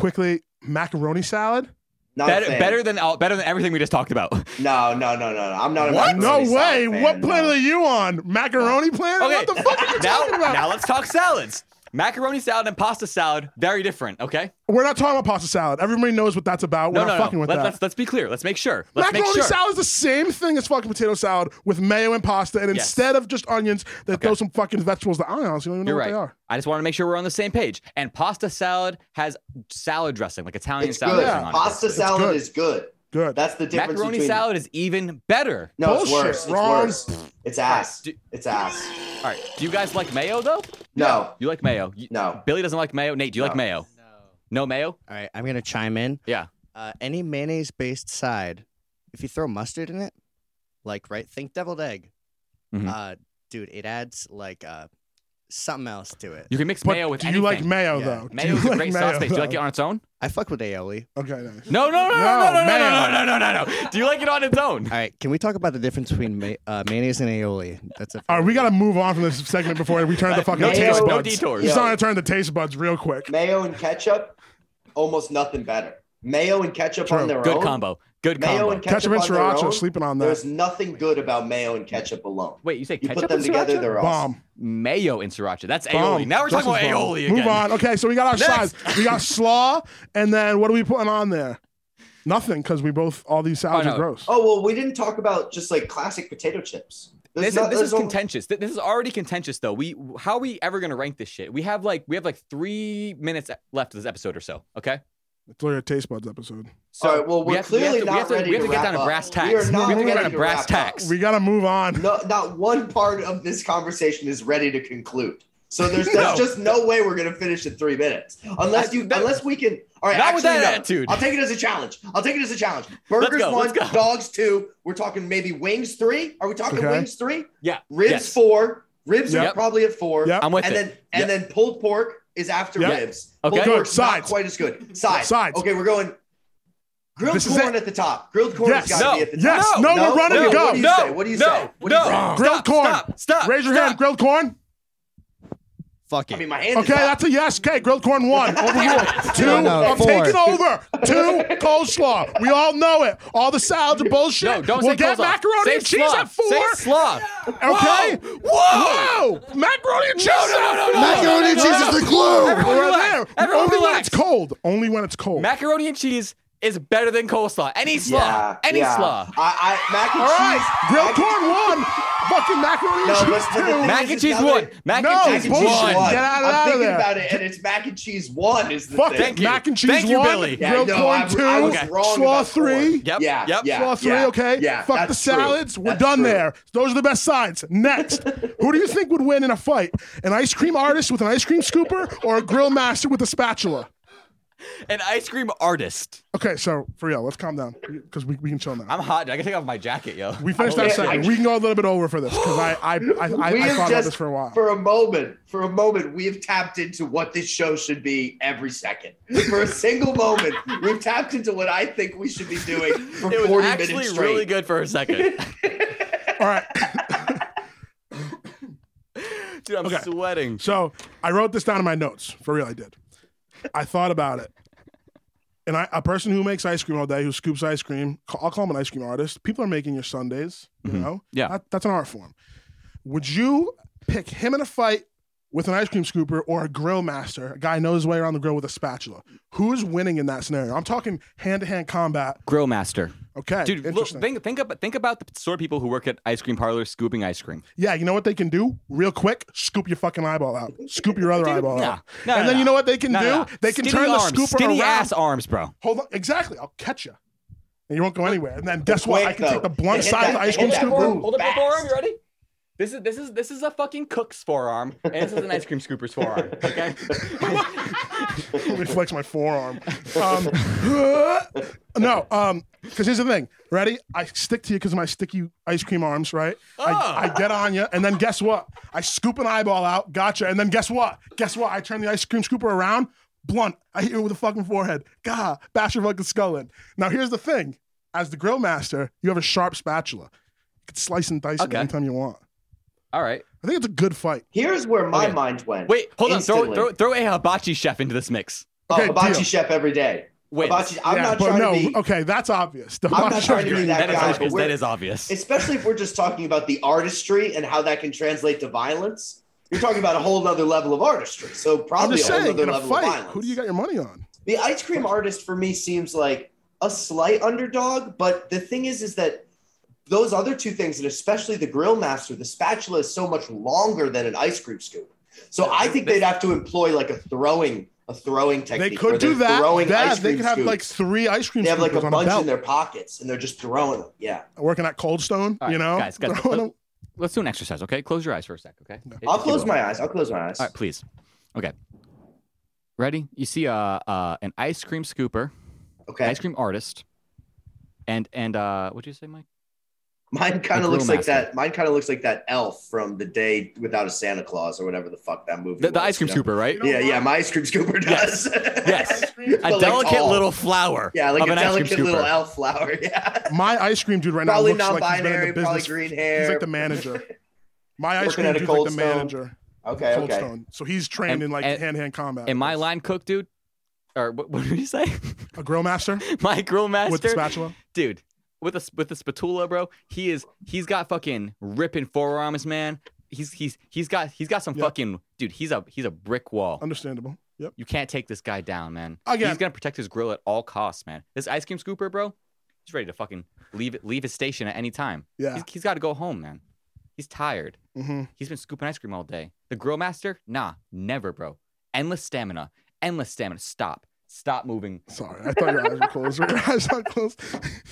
[SPEAKER 1] quickly, macaroni salad,
[SPEAKER 3] Not a
[SPEAKER 2] Better,
[SPEAKER 3] fan.
[SPEAKER 2] better than all, better than everything we just talked about.
[SPEAKER 3] No, no, no, no, no. I'm not a
[SPEAKER 1] What? No
[SPEAKER 3] macaroni salad
[SPEAKER 1] way.
[SPEAKER 3] fan,
[SPEAKER 1] what planet
[SPEAKER 3] no.
[SPEAKER 1] are you on? Macaroni planet?
[SPEAKER 2] Okay.
[SPEAKER 1] What the fuck are you
[SPEAKER 2] now,
[SPEAKER 1] talking about?
[SPEAKER 2] now let's talk salads. Macaroni salad and pasta salad, very different. Okay.
[SPEAKER 1] We're not talking about pasta salad. Everybody knows what that's about. We're
[SPEAKER 2] No,
[SPEAKER 1] not
[SPEAKER 2] no,
[SPEAKER 1] fucking
[SPEAKER 2] no.
[SPEAKER 1] with
[SPEAKER 2] Let,
[SPEAKER 1] that.
[SPEAKER 2] us let's be clear. Let's make sure. Let's
[SPEAKER 1] Macaroni
[SPEAKER 2] make sure.
[SPEAKER 1] salad is the same thing as fucking potato salad with mayo and pasta, and
[SPEAKER 2] Yes.
[SPEAKER 1] instead of just onions, they
[SPEAKER 2] Okay.
[SPEAKER 1] throw some fucking vegetables that I honestly don't even know
[SPEAKER 2] You're
[SPEAKER 1] what
[SPEAKER 2] right.
[SPEAKER 1] they are.
[SPEAKER 2] I just want to make sure we're on the same page. And pasta salad has salad dressing, like Italian
[SPEAKER 3] It's
[SPEAKER 2] salad
[SPEAKER 3] good.
[SPEAKER 2] dressing on it.
[SPEAKER 3] Pasta
[SPEAKER 2] basically.
[SPEAKER 3] salad
[SPEAKER 1] good.
[SPEAKER 3] is good.
[SPEAKER 1] Good.
[SPEAKER 3] That's the difference
[SPEAKER 2] Macaroni
[SPEAKER 3] between
[SPEAKER 2] salad is even better.
[SPEAKER 3] No, it's
[SPEAKER 1] Bullshit,
[SPEAKER 3] worse. It's
[SPEAKER 1] wrong.
[SPEAKER 3] worse. It's ass.
[SPEAKER 2] Do-
[SPEAKER 3] It's ass.
[SPEAKER 2] All right. Do you guys like mayo though?
[SPEAKER 3] No,
[SPEAKER 2] You like mayo? You-
[SPEAKER 3] no.
[SPEAKER 2] Billy doesn't like mayo. Nate, do you like
[SPEAKER 3] No.
[SPEAKER 2] mayo?
[SPEAKER 5] No.
[SPEAKER 2] No mayo?
[SPEAKER 5] All right, I'm gonna chime in.
[SPEAKER 2] Yeah.
[SPEAKER 5] Uh, any mayonnaise-based side, if you throw mustard in it, like right, think deviled egg.
[SPEAKER 2] Mhm.
[SPEAKER 5] Uh, dude, it adds like uh, something else to it.
[SPEAKER 2] You can mix
[SPEAKER 1] But
[SPEAKER 2] mayo with
[SPEAKER 1] do you
[SPEAKER 2] anything.
[SPEAKER 1] like mayo
[SPEAKER 5] Yeah.
[SPEAKER 1] though? Do
[SPEAKER 2] Mayo
[SPEAKER 1] you
[SPEAKER 2] is a
[SPEAKER 1] like
[SPEAKER 2] great
[SPEAKER 1] mayo,
[SPEAKER 2] sauce base. Do you like it
[SPEAKER 1] though?
[SPEAKER 2] on its own?
[SPEAKER 5] I fuck with aioli.
[SPEAKER 1] Okay, nice. No,
[SPEAKER 2] No, no, no, no, no, no, no,
[SPEAKER 1] mayo.
[SPEAKER 2] no, no, no, no, no. Do you like it on its own?
[SPEAKER 5] All right, can we talk about the difference between ma- uh, mayonnaise and aioli? That's a
[SPEAKER 1] All right, we gotta move on from this segment before we turn the fucking
[SPEAKER 2] no,
[SPEAKER 3] Mayo-
[SPEAKER 1] taste
[SPEAKER 2] detours, no
[SPEAKER 1] buds.
[SPEAKER 2] detours.
[SPEAKER 1] We're
[SPEAKER 3] Yeah.
[SPEAKER 1] starting to turn the taste buds real quick.
[SPEAKER 3] Mayo and ketchup, almost nothing better. Mayo and ketchup
[SPEAKER 1] True.
[SPEAKER 3] on their
[SPEAKER 2] Good
[SPEAKER 3] own.
[SPEAKER 2] combo. Good
[SPEAKER 3] Mayo
[SPEAKER 2] combo.
[SPEAKER 3] and ketchup,
[SPEAKER 1] Ketchup and
[SPEAKER 3] on their
[SPEAKER 1] sriracha,
[SPEAKER 3] own,
[SPEAKER 1] sleeping on that.
[SPEAKER 3] There's nothing good about mayo and ketchup alone.
[SPEAKER 2] Wait, you say
[SPEAKER 3] You
[SPEAKER 2] ketchup
[SPEAKER 3] put them
[SPEAKER 2] and
[SPEAKER 3] together,
[SPEAKER 2] sriracha?
[SPEAKER 3] they're awesome.
[SPEAKER 1] Bomb.
[SPEAKER 2] Mayo and sriracha. That's aioli.
[SPEAKER 1] Bomb.
[SPEAKER 2] Now we're talking about
[SPEAKER 1] Justin's bomb.
[SPEAKER 2] aioli again.
[SPEAKER 1] Move on. Okay, so we got our
[SPEAKER 2] Next.
[SPEAKER 1] sides. We got slaw, and then what are we putting on there? Nothing, because we both all these salads
[SPEAKER 2] Oh,
[SPEAKER 1] are
[SPEAKER 2] no.
[SPEAKER 1] gross.
[SPEAKER 3] Oh well, we didn't talk about just like classic potato chips. There's
[SPEAKER 2] This,
[SPEAKER 3] no-
[SPEAKER 2] is this
[SPEAKER 3] there's
[SPEAKER 2] is
[SPEAKER 3] no-
[SPEAKER 2] contentious. Th- This is already contentious, though. We how are we ever gonna rank this shit? We have like we have like three minutes left of this episode or so. Okay,
[SPEAKER 1] It's literally a taste buds episode.
[SPEAKER 2] so
[SPEAKER 3] All right, well,
[SPEAKER 2] we
[SPEAKER 3] we're
[SPEAKER 2] have to- we have
[SPEAKER 3] clearly
[SPEAKER 2] to-
[SPEAKER 3] not
[SPEAKER 2] we have to,
[SPEAKER 3] ready
[SPEAKER 2] we have
[SPEAKER 3] to
[SPEAKER 2] to get
[SPEAKER 3] wrap
[SPEAKER 2] down to
[SPEAKER 3] up.
[SPEAKER 2] brass
[SPEAKER 3] We
[SPEAKER 2] tacks.
[SPEAKER 3] are
[SPEAKER 2] have
[SPEAKER 3] not
[SPEAKER 2] to get
[SPEAKER 3] ready
[SPEAKER 2] down
[SPEAKER 3] to
[SPEAKER 2] brass
[SPEAKER 3] wrap up.
[SPEAKER 2] tacks.
[SPEAKER 1] We gotta move on.
[SPEAKER 3] No, not one part of this conversation is ready to conclude. So there's, there's
[SPEAKER 2] No.
[SPEAKER 3] just no way we're gonna finish in three minutes unless
[SPEAKER 2] I-
[SPEAKER 3] you
[SPEAKER 2] that-
[SPEAKER 3] unless we can. All right,
[SPEAKER 2] Not
[SPEAKER 3] actually,
[SPEAKER 2] with that
[SPEAKER 3] no.
[SPEAKER 2] attitude.
[SPEAKER 3] I'll take it as a challenge. I'll take it as a challenge. Burgers
[SPEAKER 2] go,
[SPEAKER 3] one,
[SPEAKER 2] let's go.
[SPEAKER 3] dogs two. We're talking maybe wings three. Are we talking
[SPEAKER 1] Okay.
[SPEAKER 3] wings three?
[SPEAKER 2] Yeah.
[SPEAKER 3] Ribs
[SPEAKER 2] Yes.
[SPEAKER 3] four. Ribs are
[SPEAKER 2] Yep.
[SPEAKER 3] probably at four.
[SPEAKER 1] Yep.
[SPEAKER 2] I'm with
[SPEAKER 3] and
[SPEAKER 2] it.
[SPEAKER 3] then and then pulled pork is after
[SPEAKER 1] Yep.
[SPEAKER 3] ribs.
[SPEAKER 2] Okay.
[SPEAKER 3] pulled
[SPEAKER 2] Good.
[SPEAKER 3] pork's not
[SPEAKER 1] Sides.
[SPEAKER 3] quite as good. Sides.
[SPEAKER 1] Sides.
[SPEAKER 3] Okay, we're going. Grilled
[SPEAKER 1] This is
[SPEAKER 3] corn
[SPEAKER 1] it.
[SPEAKER 3] at the top. Grilled corn
[SPEAKER 1] Yes.
[SPEAKER 3] has got to
[SPEAKER 2] No.
[SPEAKER 3] be at the
[SPEAKER 1] Yes.
[SPEAKER 3] top.
[SPEAKER 1] No, we're running
[SPEAKER 2] no,
[SPEAKER 1] to go.
[SPEAKER 3] What do you
[SPEAKER 2] no,
[SPEAKER 3] say? What do you
[SPEAKER 2] no,
[SPEAKER 3] say? What do you
[SPEAKER 2] no.
[SPEAKER 3] say?
[SPEAKER 2] Stop,
[SPEAKER 1] Grilled corn.
[SPEAKER 2] Stop. Stop.
[SPEAKER 1] Raise your
[SPEAKER 2] stop.
[SPEAKER 1] hand. Grilled corn.
[SPEAKER 5] fuck
[SPEAKER 3] I
[SPEAKER 5] it.
[SPEAKER 3] mean, my hand.
[SPEAKER 1] Okay,
[SPEAKER 3] is up.
[SPEAKER 1] that's a yes. Okay, grilled corn one. Overruled. Two.
[SPEAKER 5] No, no,
[SPEAKER 1] I'm
[SPEAKER 5] four.
[SPEAKER 1] taking over. Two. Coleslaw. We all know it. All the salads are bullshit.
[SPEAKER 2] No, don't
[SPEAKER 1] we'll
[SPEAKER 2] say
[SPEAKER 1] get
[SPEAKER 2] coleslaw.
[SPEAKER 1] macaroni
[SPEAKER 2] Say
[SPEAKER 1] and cheese
[SPEAKER 2] slaw.
[SPEAKER 1] at four.
[SPEAKER 2] Say slaw.
[SPEAKER 1] Okay.
[SPEAKER 2] Whoa. Whoa.
[SPEAKER 1] Macaroni and cheese.
[SPEAKER 2] no, no, no,
[SPEAKER 5] Macaroni and cheese is the glue.
[SPEAKER 2] Everyone
[SPEAKER 1] We're
[SPEAKER 2] relax.
[SPEAKER 1] there.
[SPEAKER 2] Everyone
[SPEAKER 1] Only when
[SPEAKER 2] relax.
[SPEAKER 1] it's cold. Only when it's cold.
[SPEAKER 2] Macaroni and cheese is better than coleslaw. Any slaw. Any
[SPEAKER 3] yeah.
[SPEAKER 2] slaw.
[SPEAKER 3] I, I, mac and
[SPEAKER 1] all right.
[SPEAKER 3] cheese.
[SPEAKER 1] Grilled
[SPEAKER 3] mac-
[SPEAKER 1] corn one. Fucking macaroni
[SPEAKER 3] No,
[SPEAKER 1] and
[SPEAKER 3] let's
[SPEAKER 1] cheese
[SPEAKER 3] put the-
[SPEAKER 1] two.
[SPEAKER 2] Mac and
[SPEAKER 3] it's
[SPEAKER 2] cheese
[SPEAKER 3] not
[SPEAKER 2] one.
[SPEAKER 3] like-
[SPEAKER 2] Mac
[SPEAKER 1] No,
[SPEAKER 2] and
[SPEAKER 3] Mac
[SPEAKER 2] cheese
[SPEAKER 3] and cheese
[SPEAKER 1] bullshit.
[SPEAKER 3] one.
[SPEAKER 1] Get out-
[SPEAKER 3] I'm
[SPEAKER 1] out of
[SPEAKER 3] thinking
[SPEAKER 1] there.
[SPEAKER 3] about it, and it's mac and cheese one is the
[SPEAKER 1] Fuck
[SPEAKER 3] thing.
[SPEAKER 2] Thank you.
[SPEAKER 1] Mac and cheese
[SPEAKER 2] Thank you,
[SPEAKER 1] one.
[SPEAKER 2] Billy.
[SPEAKER 3] Yeah,
[SPEAKER 1] grilled
[SPEAKER 3] no,
[SPEAKER 1] corn
[SPEAKER 3] I,
[SPEAKER 1] two.
[SPEAKER 3] I was wrong
[SPEAKER 1] slaw
[SPEAKER 3] about corn.
[SPEAKER 1] three.
[SPEAKER 2] Yep.
[SPEAKER 3] Yeah,
[SPEAKER 2] Yep.
[SPEAKER 3] yeah,
[SPEAKER 1] Slaw three,
[SPEAKER 3] yeah,
[SPEAKER 1] okay?
[SPEAKER 3] Yeah,
[SPEAKER 1] Fuck the
[SPEAKER 3] that's true.
[SPEAKER 1] salads. We're
[SPEAKER 3] That's
[SPEAKER 1] done
[SPEAKER 3] true.
[SPEAKER 1] there. Those are the best sides. Next. Who do you think would win in a fight? An ice cream artist with an ice cream scooper or a grill master with a spatula?
[SPEAKER 2] An ice cream artist.
[SPEAKER 1] Okay, so for real, let's calm down because we, we can chill now.
[SPEAKER 2] I'm hot. dude. I can take off my jacket, yo.
[SPEAKER 1] we finished
[SPEAKER 3] Okay,
[SPEAKER 1] that
[SPEAKER 3] I-
[SPEAKER 1] segment. We can go a little bit over for this because I I, I, I,
[SPEAKER 3] we
[SPEAKER 1] I
[SPEAKER 3] have
[SPEAKER 1] thought about
[SPEAKER 3] just
[SPEAKER 1] this for a while.
[SPEAKER 3] for a moment, for a moment, we have tapped into what this show should be every second. For a single moment, we've tapped into what I think we should be doing for
[SPEAKER 2] It was
[SPEAKER 3] forty minutes
[SPEAKER 2] actually
[SPEAKER 3] straight.
[SPEAKER 2] really good for a second.
[SPEAKER 1] All right.
[SPEAKER 2] Dude, I'm
[SPEAKER 1] Okay.
[SPEAKER 2] sweating.
[SPEAKER 1] So I wrote this down in my notes. For real, I did. I thought about it. And I, a person who makes ice cream all day, who scoops ice cream, ca- I'll call him an ice cream artist. People are making your Sundays, you
[SPEAKER 2] Mhm.
[SPEAKER 1] know?
[SPEAKER 2] Yeah.
[SPEAKER 1] That, that's an art form. Would you pick him in a fight with an ice cream scooper or a grill master, a guy knows his way around the grill with a spatula? Who's winning in that scenario? I'm talking hand to hand combat.
[SPEAKER 2] Grill master.
[SPEAKER 1] Okay.
[SPEAKER 2] Dude, look,
[SPEAKER 1] interesting.
[SPEAKER 2] think, think, about, think about the sort of people who work at ice cream parlors scooping ice cream.
[SPEAKER 1] yeah, you know what they can do? Real quick, scoop your fucking eyeball out. Scoop your other
[SPEAKER 2] Dude,
[SPEAKER 1] eyeball
[SPEAKER 2] nah.
[SPEAKER 1] out.
[SPEAKER 2] No,
[SPEAKER 1] and
[SPEAKER 2] no,
[SPEAKER 1] then
[SPEAKER 2] no.
[SPEAKER 1] you know what they can
[SPEAKER 2] No,
[SPEAKER 1] do?
[SPEAKER 2] no, no.
[SPEAKER 1] They can
[SPEAKER 2] Skinny
[SPEAKER 1] turn
[SPEAKER 2] arms,
[SPEAKER 1] the scooper
[SPEAKER 2] skinny
[SPEAKER 1] around.
[SPEAKER 2] ass arms, bro.
[SPEAKER 1] Hold on, exactly. I'll catch you, and you won't go anywhere. And then guess what? I
[SPEAKER 3] quick,
[SPEAKER 1] can take
[SPEAKER 3] though.
[SPEAKER 1] the blunt
[SPEAKER 3] Hit
[SPEAKER 1] side of
[SPEAKER 3] that-
[SPEAKER 1] the ice cream
[SPEAKER 3] hit that
[SPEAKER 1] scooper.
[SPEAKER 3] boom. Hold up my forearm, you
[SPEAKER 2] ready? This is this is this is a fucking cook's forearm, and this is an ice cream scooper's forearm. Okay.
[SPEAKER 1] Let me flex my forearm. Um, no, um, because here's the thing. Ready? I stick to you because of my sticky ice cream arms, right?
[SPEAKER 3] Ah.
[SPEAKER 2] Oh.
[SPEAKER 1] I, I get on you, and then guess what? I scoop an eyeball out. Gotcha. And then guess what? Guess what? I turn the ice cream scooper around. Blunt. I hit you with a fucking forehead. Gah! Bash your fucking skull in. Now here's the thing. As the grill master, you have a sharp spatula. You can slice and dice it
[SPEAKER 2] Okay.
[SPEAKER 1] anytime you want.
[SPEAKER 2] All right.
[SPEAKER 1] I think it's a good fight.
[SPEAKER 3] Here's where my
[SPEAKER 2] Okay.
[SPEAKER 3] mind went.
[SPEAKER 2] Wait. Hold on. Throw,
[SPEAKER 3] Instantly.
[SPEAKER 2] throw throw a hibachi chef into this mix.
[SPEAKER 3] Oh,
[SPEAKER 1] Okay,
[SPEAKER 3] hibachi
[SPEAKER 1] deal.
[SPEAKER 3] chef every day.
[SPEAKER 2] wins.
[SPEAKER 3] Hibachi- I'm
[SPEAKER 1] Yeah,
[SPEAKER 3] not
[SPEAKER 1] but
[SPEAKER 3] trying
[SPEAKER 1] no,
[SPEAKER 3] to be.
[SPEAKER 1] okay, that's obvious. The
[SPEAKER 3] I'm not
[SPEAKER 1] Hibachi-
[SPEAKER 3] trying to be that
[SPEAKER 2] that is
[SPEAKER 3] guy,
[SPEAKER 2] obvious.
[SPEAKER 3] but we're-
[SPEAKER 2] That is obvious.
[SPEAKER 3] especially if we're just talking about the artistry and how that can translate to violence. You're talking about a whole other level of artistry. So
[SPEAKER 1] I'm
[SPEAKER 3] probably
[SPEAKER 1] just
[SPEAKER 3] a whole
[SPEAKER 1] saying,
[SPEAKER 3] other
[SPEAKER 1] in a
[SPEAKER 3] level of
[SPEAKER 1] fight,
[SPEAKER 3] violence.
[SPEAKER 1] who do you got your money on?
[SPEAKER 3] The ice cream artist for me seems like a slight underdog, but the thing is, is that those other two things, and especially the grill master, the spatula is so much longer than an ice cream scoop. So I think they'd have to employ like a throwing, a throwing technique.
[SPEAKER 1] They
[SPEAKER 3] where
[SPEAKER 1] could do
[SPEAKER 3] they're
[SPEAKER 1] that.
[SPEAKER 3] Throwing
[SPEAKER 1] that
[SPEAKER 3] ice cream
[SPEAKER 1] they could have
[SPEAKER 3] scoops.
[SPEAKER 1] like three ice cream
[SPEAKER 3] they have like
[SPEAKER 1] scoopers
[SPEAKER 3] a
[SPEAKER 1] on a
[SPEAKER 3] bunch
[SPEAKER 1] belt.
[SPEAKER 3] in their pockets, and they're just throwing them. Yeah,
[SPEAKER 1] Working at Cold Stone,
[SPEAKER 2] All right,
[SPEAKER 1] you know?
[SPEAKER 2] guys, guys,
[SPEAKER 1] Throwing
[SPEAKER 2] let's-
[SPEAKER 1] them-
[SPEAKER 2] Let's do an exercise, okay? Close your eyes for a sec, okay? If-
[SPEAKER 3] I'll
[SPEAKER 2] if you
[SPEAKER 3] close
[SPEAKER 2] will.
[SPEAKER 3] my eyes. I'll close my eyes.
[SPEAKER 2] All right, please. Okay. Ready? You see uh, uh, an ice cream scooper,
[SPEAKER 3] Okay,
[SPEAKER 2] ice cream artist, and and uh, what'd you say, Mike?
[SPEAKER 3] mine kind
[SPEAKER 2] the
[SPEAKER 3] of looks
[SPEAKER 2] grill
[SPEAKER 3] like
[SPEAKER 2] master.
[SPEAKER 3] that. Mine kind of looks like that elf from the day without a Santa Claus or whatever the fuck that movie.
[SPEAKER 2] The, the
[SPEAKER 3] was,
[SPEAKER 2] ice cream
[SPEAKER 3] you know?
[SPEAKER 2] scooper, right?
[SPEAKER 1] You know
[SPEAKER 3] Yeah,
[SPEAKER 1] what?
[SPEAKER 3] yeah, my ice cream scooper
[SPEAKER 2] Yes.
[SPEAKER 3] does.
[SPEAKER 2] Yes.
[SPEAKER 3] But,
[SPEAKER 2] A
[SPEAKER 3] like,
[SPEAKER 2] delicate
[SPEAKER 3] tall.
[SPEAKER 2] little flower.
[SPEAKER 3] Yeah, like
[SPEAKER 2] of
[SPEAKER 3] a
[SPEAKER 2] an ice cream
[SPEAKER 3] delicate little
[SPEAKER 2] scooper.
[SPEAKER 3] elf flower. Yeah.
[SPEAKER 1] My ice cream dude right now
[SPEAKER 3] probably
[SPEAKER 1] looks like he's been in the
[SPEAKER 3] non-binary. probably
[SPEAKER 1] business.
[SPEAKER 3] green hair.
[SPEAKER 1] He's like the manager. My ice
[SPEAKER 3] Working
[SPEAKER 1] cream
[SPEAKER 3] at a
[SPEAKER 1] dude's
[SPEAKER 3] Cold
[SPEAKER 1] like the
[SPEAKER 3] Stone.
[SPEAKER 1] manager.
[SPEAKER 3] Okay.
[SPEAKER 1] Cold
[SPEAKER 3] okay.
[SPEAKER 1] Stone. So he's trained
[SPEAKER 2] And-
[SPEAKER 1] in like
[SPEAKER 2] and-
[SPEAKER 1] hand-hand combat.
[SPEAKER 2] And my line cook, dude, or what, what did you say?
[SPEAKER 1] a grill master
[SPEAKER 2] my grill master,
[SPEAKER 1] with the spatula.
[SPEAKER 2] dude, with a s- with a spatula, bro. He is he's got fucking ripping forearms, man. He's he's he's got he's got some
[SPEAKER 1] Yeah. Um,
[SPEAKER 2] fucking dude. He's a he's a brick wall.
[SPEAKER 1] Understandable. Yep.
[SPEAKER 2] You can't take this guy down, man.
[SPEAKER 1] Again-
[SPEAKER 2] he's gonna protect his grill at all costs, man. This ice cream scooper, bro, he's ready to fucking leave leave his station at any time.
[SPEAKER 1] Yeah.
[SPEAKER 2] He's, he's got to go home, man. He's tired.
[SPEAKER 1] hmm
[SPEAKER 2] He's been scooping ice cream all day. The grill master, nah, never, bro. Endless stamina, endless stamina. Stop, stop moving.
[SPEAKER 1] Sorry, I thought your eyes were closed. Were your eyes not closed?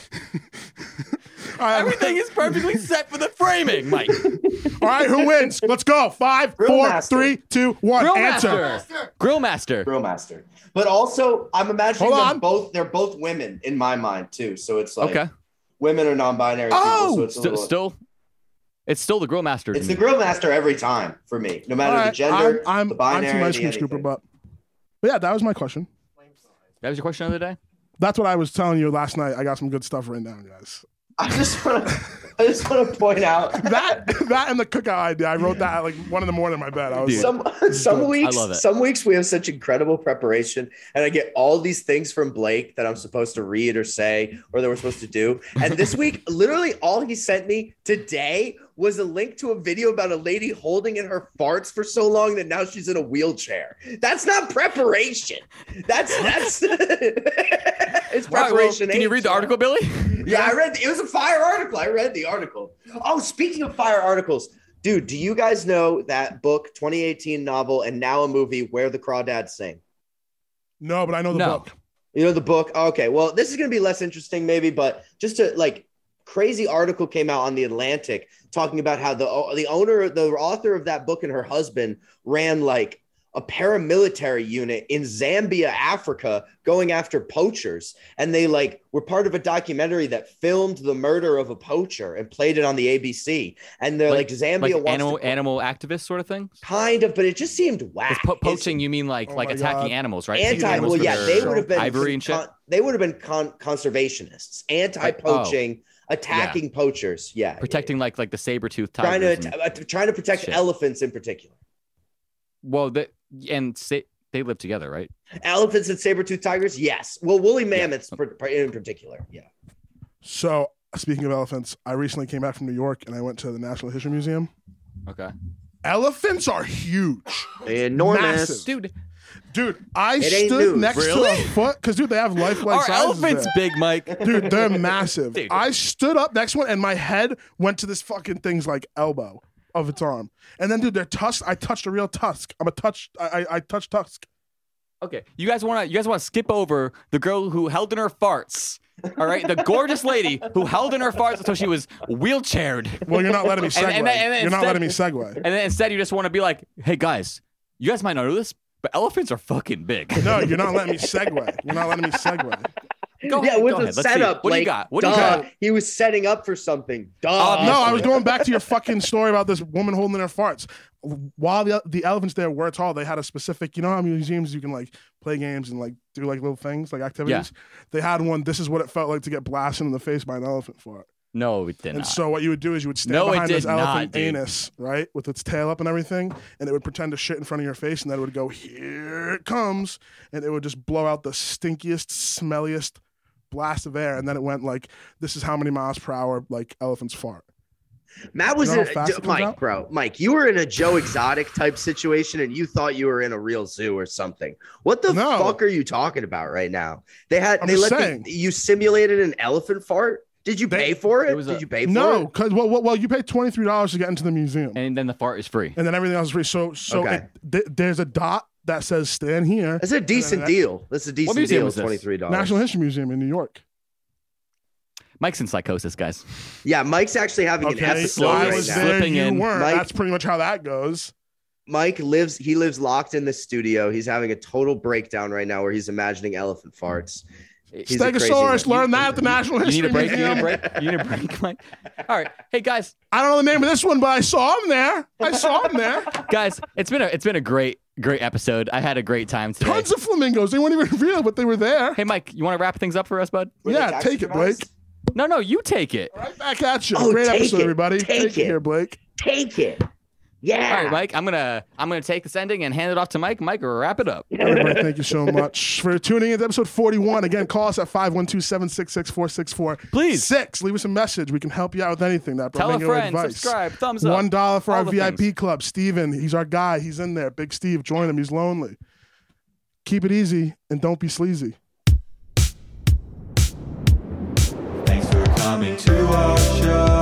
[SPEAKER 1] All right.
[SPEAKER 2] Everything is perfectly set for the framing, Mike.
[SPEAKER 1] All right, who wins? Let's go. Five,
[SPEAKER 3] Grill
[SPEAKER 1] four,
[SPEAKER 3] master.
[SPEAKER 1] three, two, one.
[SPEAKER 2] Grill
[SPEAKER 1] Answer.
[SPEAKER 2] master, grill master.
[SPEAKER 3] Grill master. But also, I'm imagining
[SPEAKER 1] Hold
[SPEAKER 3] them
[SPEAKER 1] on.
[SPEAKER 3] both. They're both women in my mind too. So it's like uh,
[SPEAKER 2] okay,
[SPEAKER 3] women are non-binary.
[SPEAKER 1] Oh!
[SPEAKER 3] people, so it's, a
[SPEAKER 2] St-
[SPEAKER 3] little-
[SPEAKER 2] still, it's still the grill master. to
[SPEAKER 3] it's
[SPEAKER 2] me.
[SPEAKER 3] the grill master every time for me, no matter
[SPEAKER 1] All
[SPEAKER 3] the
[SPEAKER 1] right,
[SPEAKER 3] gender,
[SPEAKER 1] I'm, I'm,
[SPEAKER 3] the binary,
[SPEAKER 1] I'm team ice
[SPEAKER 3] the
[SPEAKER 1] cream
[SPEAKER 3] anything.
[SPEAKER 1] scooper, but, but yeah, that was my question.
[SPEAKER 2] that was your question the other day.
[SPEAKER 1] That's what I was telling you last night. I got some good stuff written down, guys.
[SPEAKER 3] I just want to. I just want to point out
[SPEAKER 1] That that and the cookout idea, I wrote that at like one in the morning in my bed. I was
[SPEAKER 2] Dude.
[SPEAKER 1] like,
[SPEAKER 3] some some weeks
[SPEAKER 2] love it.
[SPEAKER 3] some weeks we have such incredible preparation and i get all these things from blake that i'm supposed to read or say or that we're supposed to do and this week literally all he sent me today was a link to a video about a lady holding in her farts for so long that now she's in a wheelchair that's not preparation that's that's it's
[SPEAKER 2] All right, well,
[SPEAKER 3] preparation
[SPEAKER 2] can you read the
[SPEAKER 3] H.
[SPEAKER 2] article, Billy?
[SPEAKER 3] Yeah, I read. It was a fire article. I read the article. Oh, speaking of fire articles, dude, do you guys know that book, 2018 novel, and now a movie, Where the Crawdads Sing?
[SPEAKER 1] no, but I know the
[SPEAKER 2] No.
[SPEAKER 1] book.
[SPEAKER 3] You know the book? Okay, well, this is going to be less interesting, maybe, but just to like crazy article came out on the Atlantic talking about how the uh, the owner, the author of that book, and her husband ran like a paramilitary unit in Zambia, Africa, going after poachers, and they like were part of a documentary that filmed the murder of a poacher and played it on the ABC, and they're
[SPEAKER 2] Like-
[SPEAKER 3] like, Zambia
[SPEAKER 2] Like
[SPEAKER 3] wants
[SPEAKER 2] animal
[SPEAKER 3] to,
[SPEAKER 2] animal activist sort of thing.
[SPEAKER 3] kind of, but it just seemed
[SPEAKER 2] 'Cause
[SPEAKER 3] whack.
[SPEAKER 2] po-
[SPEAKER 3] It's-
[SPEAKER 2] poaching, you mean like
[SPEAKER 1] Oh
[SPEAKER 2] like
[SPEAKER 1] my
[SPEAKER 2] attacking
[SPEAKER 1] God.
[SPEAKER 2] animals, right? Taking
[SPEAKER 3] Anti,
[SPEAKER 2] animals
[SPEAKER 3] well,
[SPEAKER 2] for
[SPEAKER 3] yeah,
[SPEAKER 2] their
[SPEAKER 3] they would have been
[SPEAKER 2] ivory and shit. oh.
[SPEAKER 3] con- they would have been con- conservationists, anti-poaching, attacking poachers. Yeah,
[SPEAKER 2] protecting like like the saber tooth
[SPEAKER 3] yeah, yeah.
[SPEAKER 2] tigers. and-
[SPEAKER 3] trying to att- uh, trying to protect
[SPEAKER 2] Shit.
[SPEAKER 3] elephants in particular.
[SPEAKER 2] well, they, and sa- they live together, right?
[SPEAKER 3] Elephants and saber-toothed tigers, yes. Well, woolly mammoths per- per- in particular. Yeah.
[SPEAKER 1] So speaking of elephants, I recently came back from New York and I went to the National History Museum.
[SPEAKER 2] Okay,
[SPEAKER 1] Elephants are huge. Massive.
[SPEAKER 2] dude,
[SPEAKER 1] Dude, I
[SPEAKER 3] It ain't
[SPEAKER 1] stood
[SPEAKER 3] news.
[SPEAKER 1] next to a foot because dude, they have lifelike
[SPEAKER 2] are
[SPEAKER 1] sizes
[SPEAKER 2] elephants
[SPEAKER 1] there.
[SPEAKER 2] big, Mike?
[SPEAKER 1] Dude, they're massive.
[SPEAKER 2] Dude.
[SPEAKER 1] I stood up next one and my head went to this fucking thing's like elbow of its arm. And then dude, their tusk, I touched a real tusk. I'm a touch I I, I touched tusk.
[SPEAKER 2] Okay, you guys want to you guys want to skip over the girl who held in her farts. All right, the gorgeous lady who held in her farts until she was wheelchaired,
[SPEAKER 1] Well, you're not letting me segue.
[SPEAKER 2] And- and- and- and
[SPEAKER 1] you're not
[SPEAKER 2] instead-
[SPEAKER 1] letting me segue.
[SPEAKER 2] and then instead you just want to be like, "Hey guys, you guys might not know this, but elephants are fucking big."
[SPEAKER 1] No, you're not letting me segue. You're not letting me segue.
[SPEAKER 2] Go
[SPEAKER 3] yeah,
[SPEAKER 2] ahead,
[SPEAKER 3] with
[SPEAKER 2] go
[SPEAKER 3] the
[SPEAKER 2] ahead. Let's see.
[SPEAKER 3] setup.
[SPEAKER 2] What do you
[SPEAKER 3] like,
[SPEAKER 2] got? What do you
[SPEAKER 3] duh,
[SPEAKER 2] got? Uh,
[SPEAKER 3] He was setting up for something. Duh.
[SPEAKER 2] Obviously.
[SPEAKER 1] No, I was going back to your fucking story about this woman holding her farts. While the, the elephants there were tall, they had a specific, you know how museums you can like play games and like do like little things, like activities? They had one, this is what it felt like to get blasted in the face by an elephant fart.
[SPEAKER 2] No, it did
[SPEAKER 1] And
[SPEAKER 2] not.
[SPEAKER 1] so what you would do is you would stand
[SPEAKER 2] No, it
[SPEAKER 1] behind this
[SPEAKER 2] did not,
[SPEAKER 1] elephant
[SPEAKER 2] dude.
[SPEAKER 1] anus, right, with its tail up and everything, and it would pretend to shit in front of your face, and then it would go, "Here it comes," and it would just blow out the stinkiest, smelliest blast of air, and then it went like, "This is how many miles per hour like elephants fart."
[SPEAKER 3] Matt was
[SPEAKER 1] You know
[SPEAKER 3] in
[SPEAKER 1] how fast it comes
[SPEAKER 3] Mike,
[SPEAKER 1] out?
[SPEAKER 3] bro. Mike, you were in a Joe Exotic type situation, and you thought you were in a real zoo or something. What the
[SPEAKER 1] No.
[SPEAKER 3] fuck are you talking about right now? They had
[SPEAKER 1] I'm
[SPEAKER 3] they
[SPEAKER 1] just
[SPEAKER 3] let
[SPEAKER 1] saying.
[SPEAKER 3] the, you simulated an elephant fart. Did you
[SPEAKER 1] They-
[SPEAKER 3] pay for it?
[SPEAKER 2] It was
[SPEAKER 3] Did
[SPEAKER 2] a-
[SPEAKER 3] you pay for
[SPEAKER 1] No,
[SPEAKER 3] it?
[SPEAKER 1] because well, well, well, you pay twenty three dollars to get into the museum,
[SPEAKER 2] and then the fart is free.
[SPEAKER 1] and then everything else is free. So, so
[SPEAKER 3] Okay.
[SPEAKER 1] it, th- there's a dot that says "Stand here."
[SPEAKER 3] That's a decent
[SPEAKER 1] that-
[SPEAKER 3] deal. That's a decent
[SPEAKER 2] museum
[SPEAKER 3] deal.
[SPEAKER 2] was this?
[SPEAKER 3] Twenty three dollars.
[SPEAKER 1] National History Museum in New York.
[SPEAKER 2] Mike's in psychosis, guys.
[SPEAKER 3] Yeah, Mike's actually having
[SPEAKER 1] Okay,
[SPEAKER 3] an
[SPEAKER 2] episode
[SPEAKER 1] I
[SPEAKER 3] episode right
[SPEAKER 1] was
[SPEAKER 3] now.
[SPEAKER 1] there.
[SPEAKER 2] Slipping
[SPEAKER 1] You
[SPEAKER 2] in.
[SPEAKER 1] weren't.
[SPEAKER 3] Mike-
[SPEAKER 1] That's pretty much how that goes.
[SPEAKER 3] Mike lives he lives locked in the studio. He's having a total breakdown right now where he's imagining elephant farts. He's a crazy
[SPEAKER 1] Stegosaurus
[SPEAKER 3] man.
[SPEAKER 1] learned that at the National
[SPEAKER 2] You need
[SPEAKER 1] History
[SPEAKER 2] a break. You need
[SPEAKER 1] Museum.
[SPEAKER 2] a break. You need a break, Mike. All right, hey guys,
[SPEAKER 1] I don't know the name of this one, but I saw him there. I saw him there.
[SPEAKER 2] guys, it's been a it's been a great great episode. I had a great time today.
[SPEAKER 1] Tons of flamingos. They weren't even real, but they were there.
[SPEAKER 2] Hey Mike, you want to wrap things up for us, bud?
[SPEAKER 6] Were they
[SPEAKER 1] Yeah,
[SPEAKER 6] tax
[SPEAKER 1] take it,
[SPEAKER 6] optimized?
[SPEAKER 1] Blake.
[SPEAKER 2] No, no, you take it.
[SPEAKER 1] Right back at you.
[SPEAKER 3] Oh,
[SPEAKER 1] Great
[SPEAKER 3] take
[SPEAKER 1] episode,
[SPEAKER 3] it.
[SPEAKER 1] everybody.
[SPEAKER 3] Take it.
[SPEAKER 1] it here, Blake.
[SPEAKER 3] Take it. Yeah.
[SPEAKER 2] All right, Mike, I'm gonna I'm gonna take this ending and hand it off to Mike. Mike, wrap it up.
[SPEAKER 1] Everybody, thank you so much for tuning in to episode 41. Again, call us at 512 766 4646.
[SPEAKER 2] Please.
[SPEAKER 1] Leave us a message. We can help you out with anything. That
[SPEAKER 2] Tell a
[SPEAKER 1] flamingo
[SPEAKER 2] friend,
[SPEAKER 1] advice.
[SPEAKER 2] subscribe, thumbs up.
[SPEAKER 1] One dollar for
[SPEAKER 2] all
[SPEAKER 1] our
[SPEAKER 2] the
[SPEAKER 1] VIP
[SPEAKER 2] things.
[SPEAKER 1] club. Steven, he's our guy. He's in there. Big Steve, join him. He's lonely. Keep it easy and don't be sleazy.
[SPEAKER 4] Thanks for coming to our show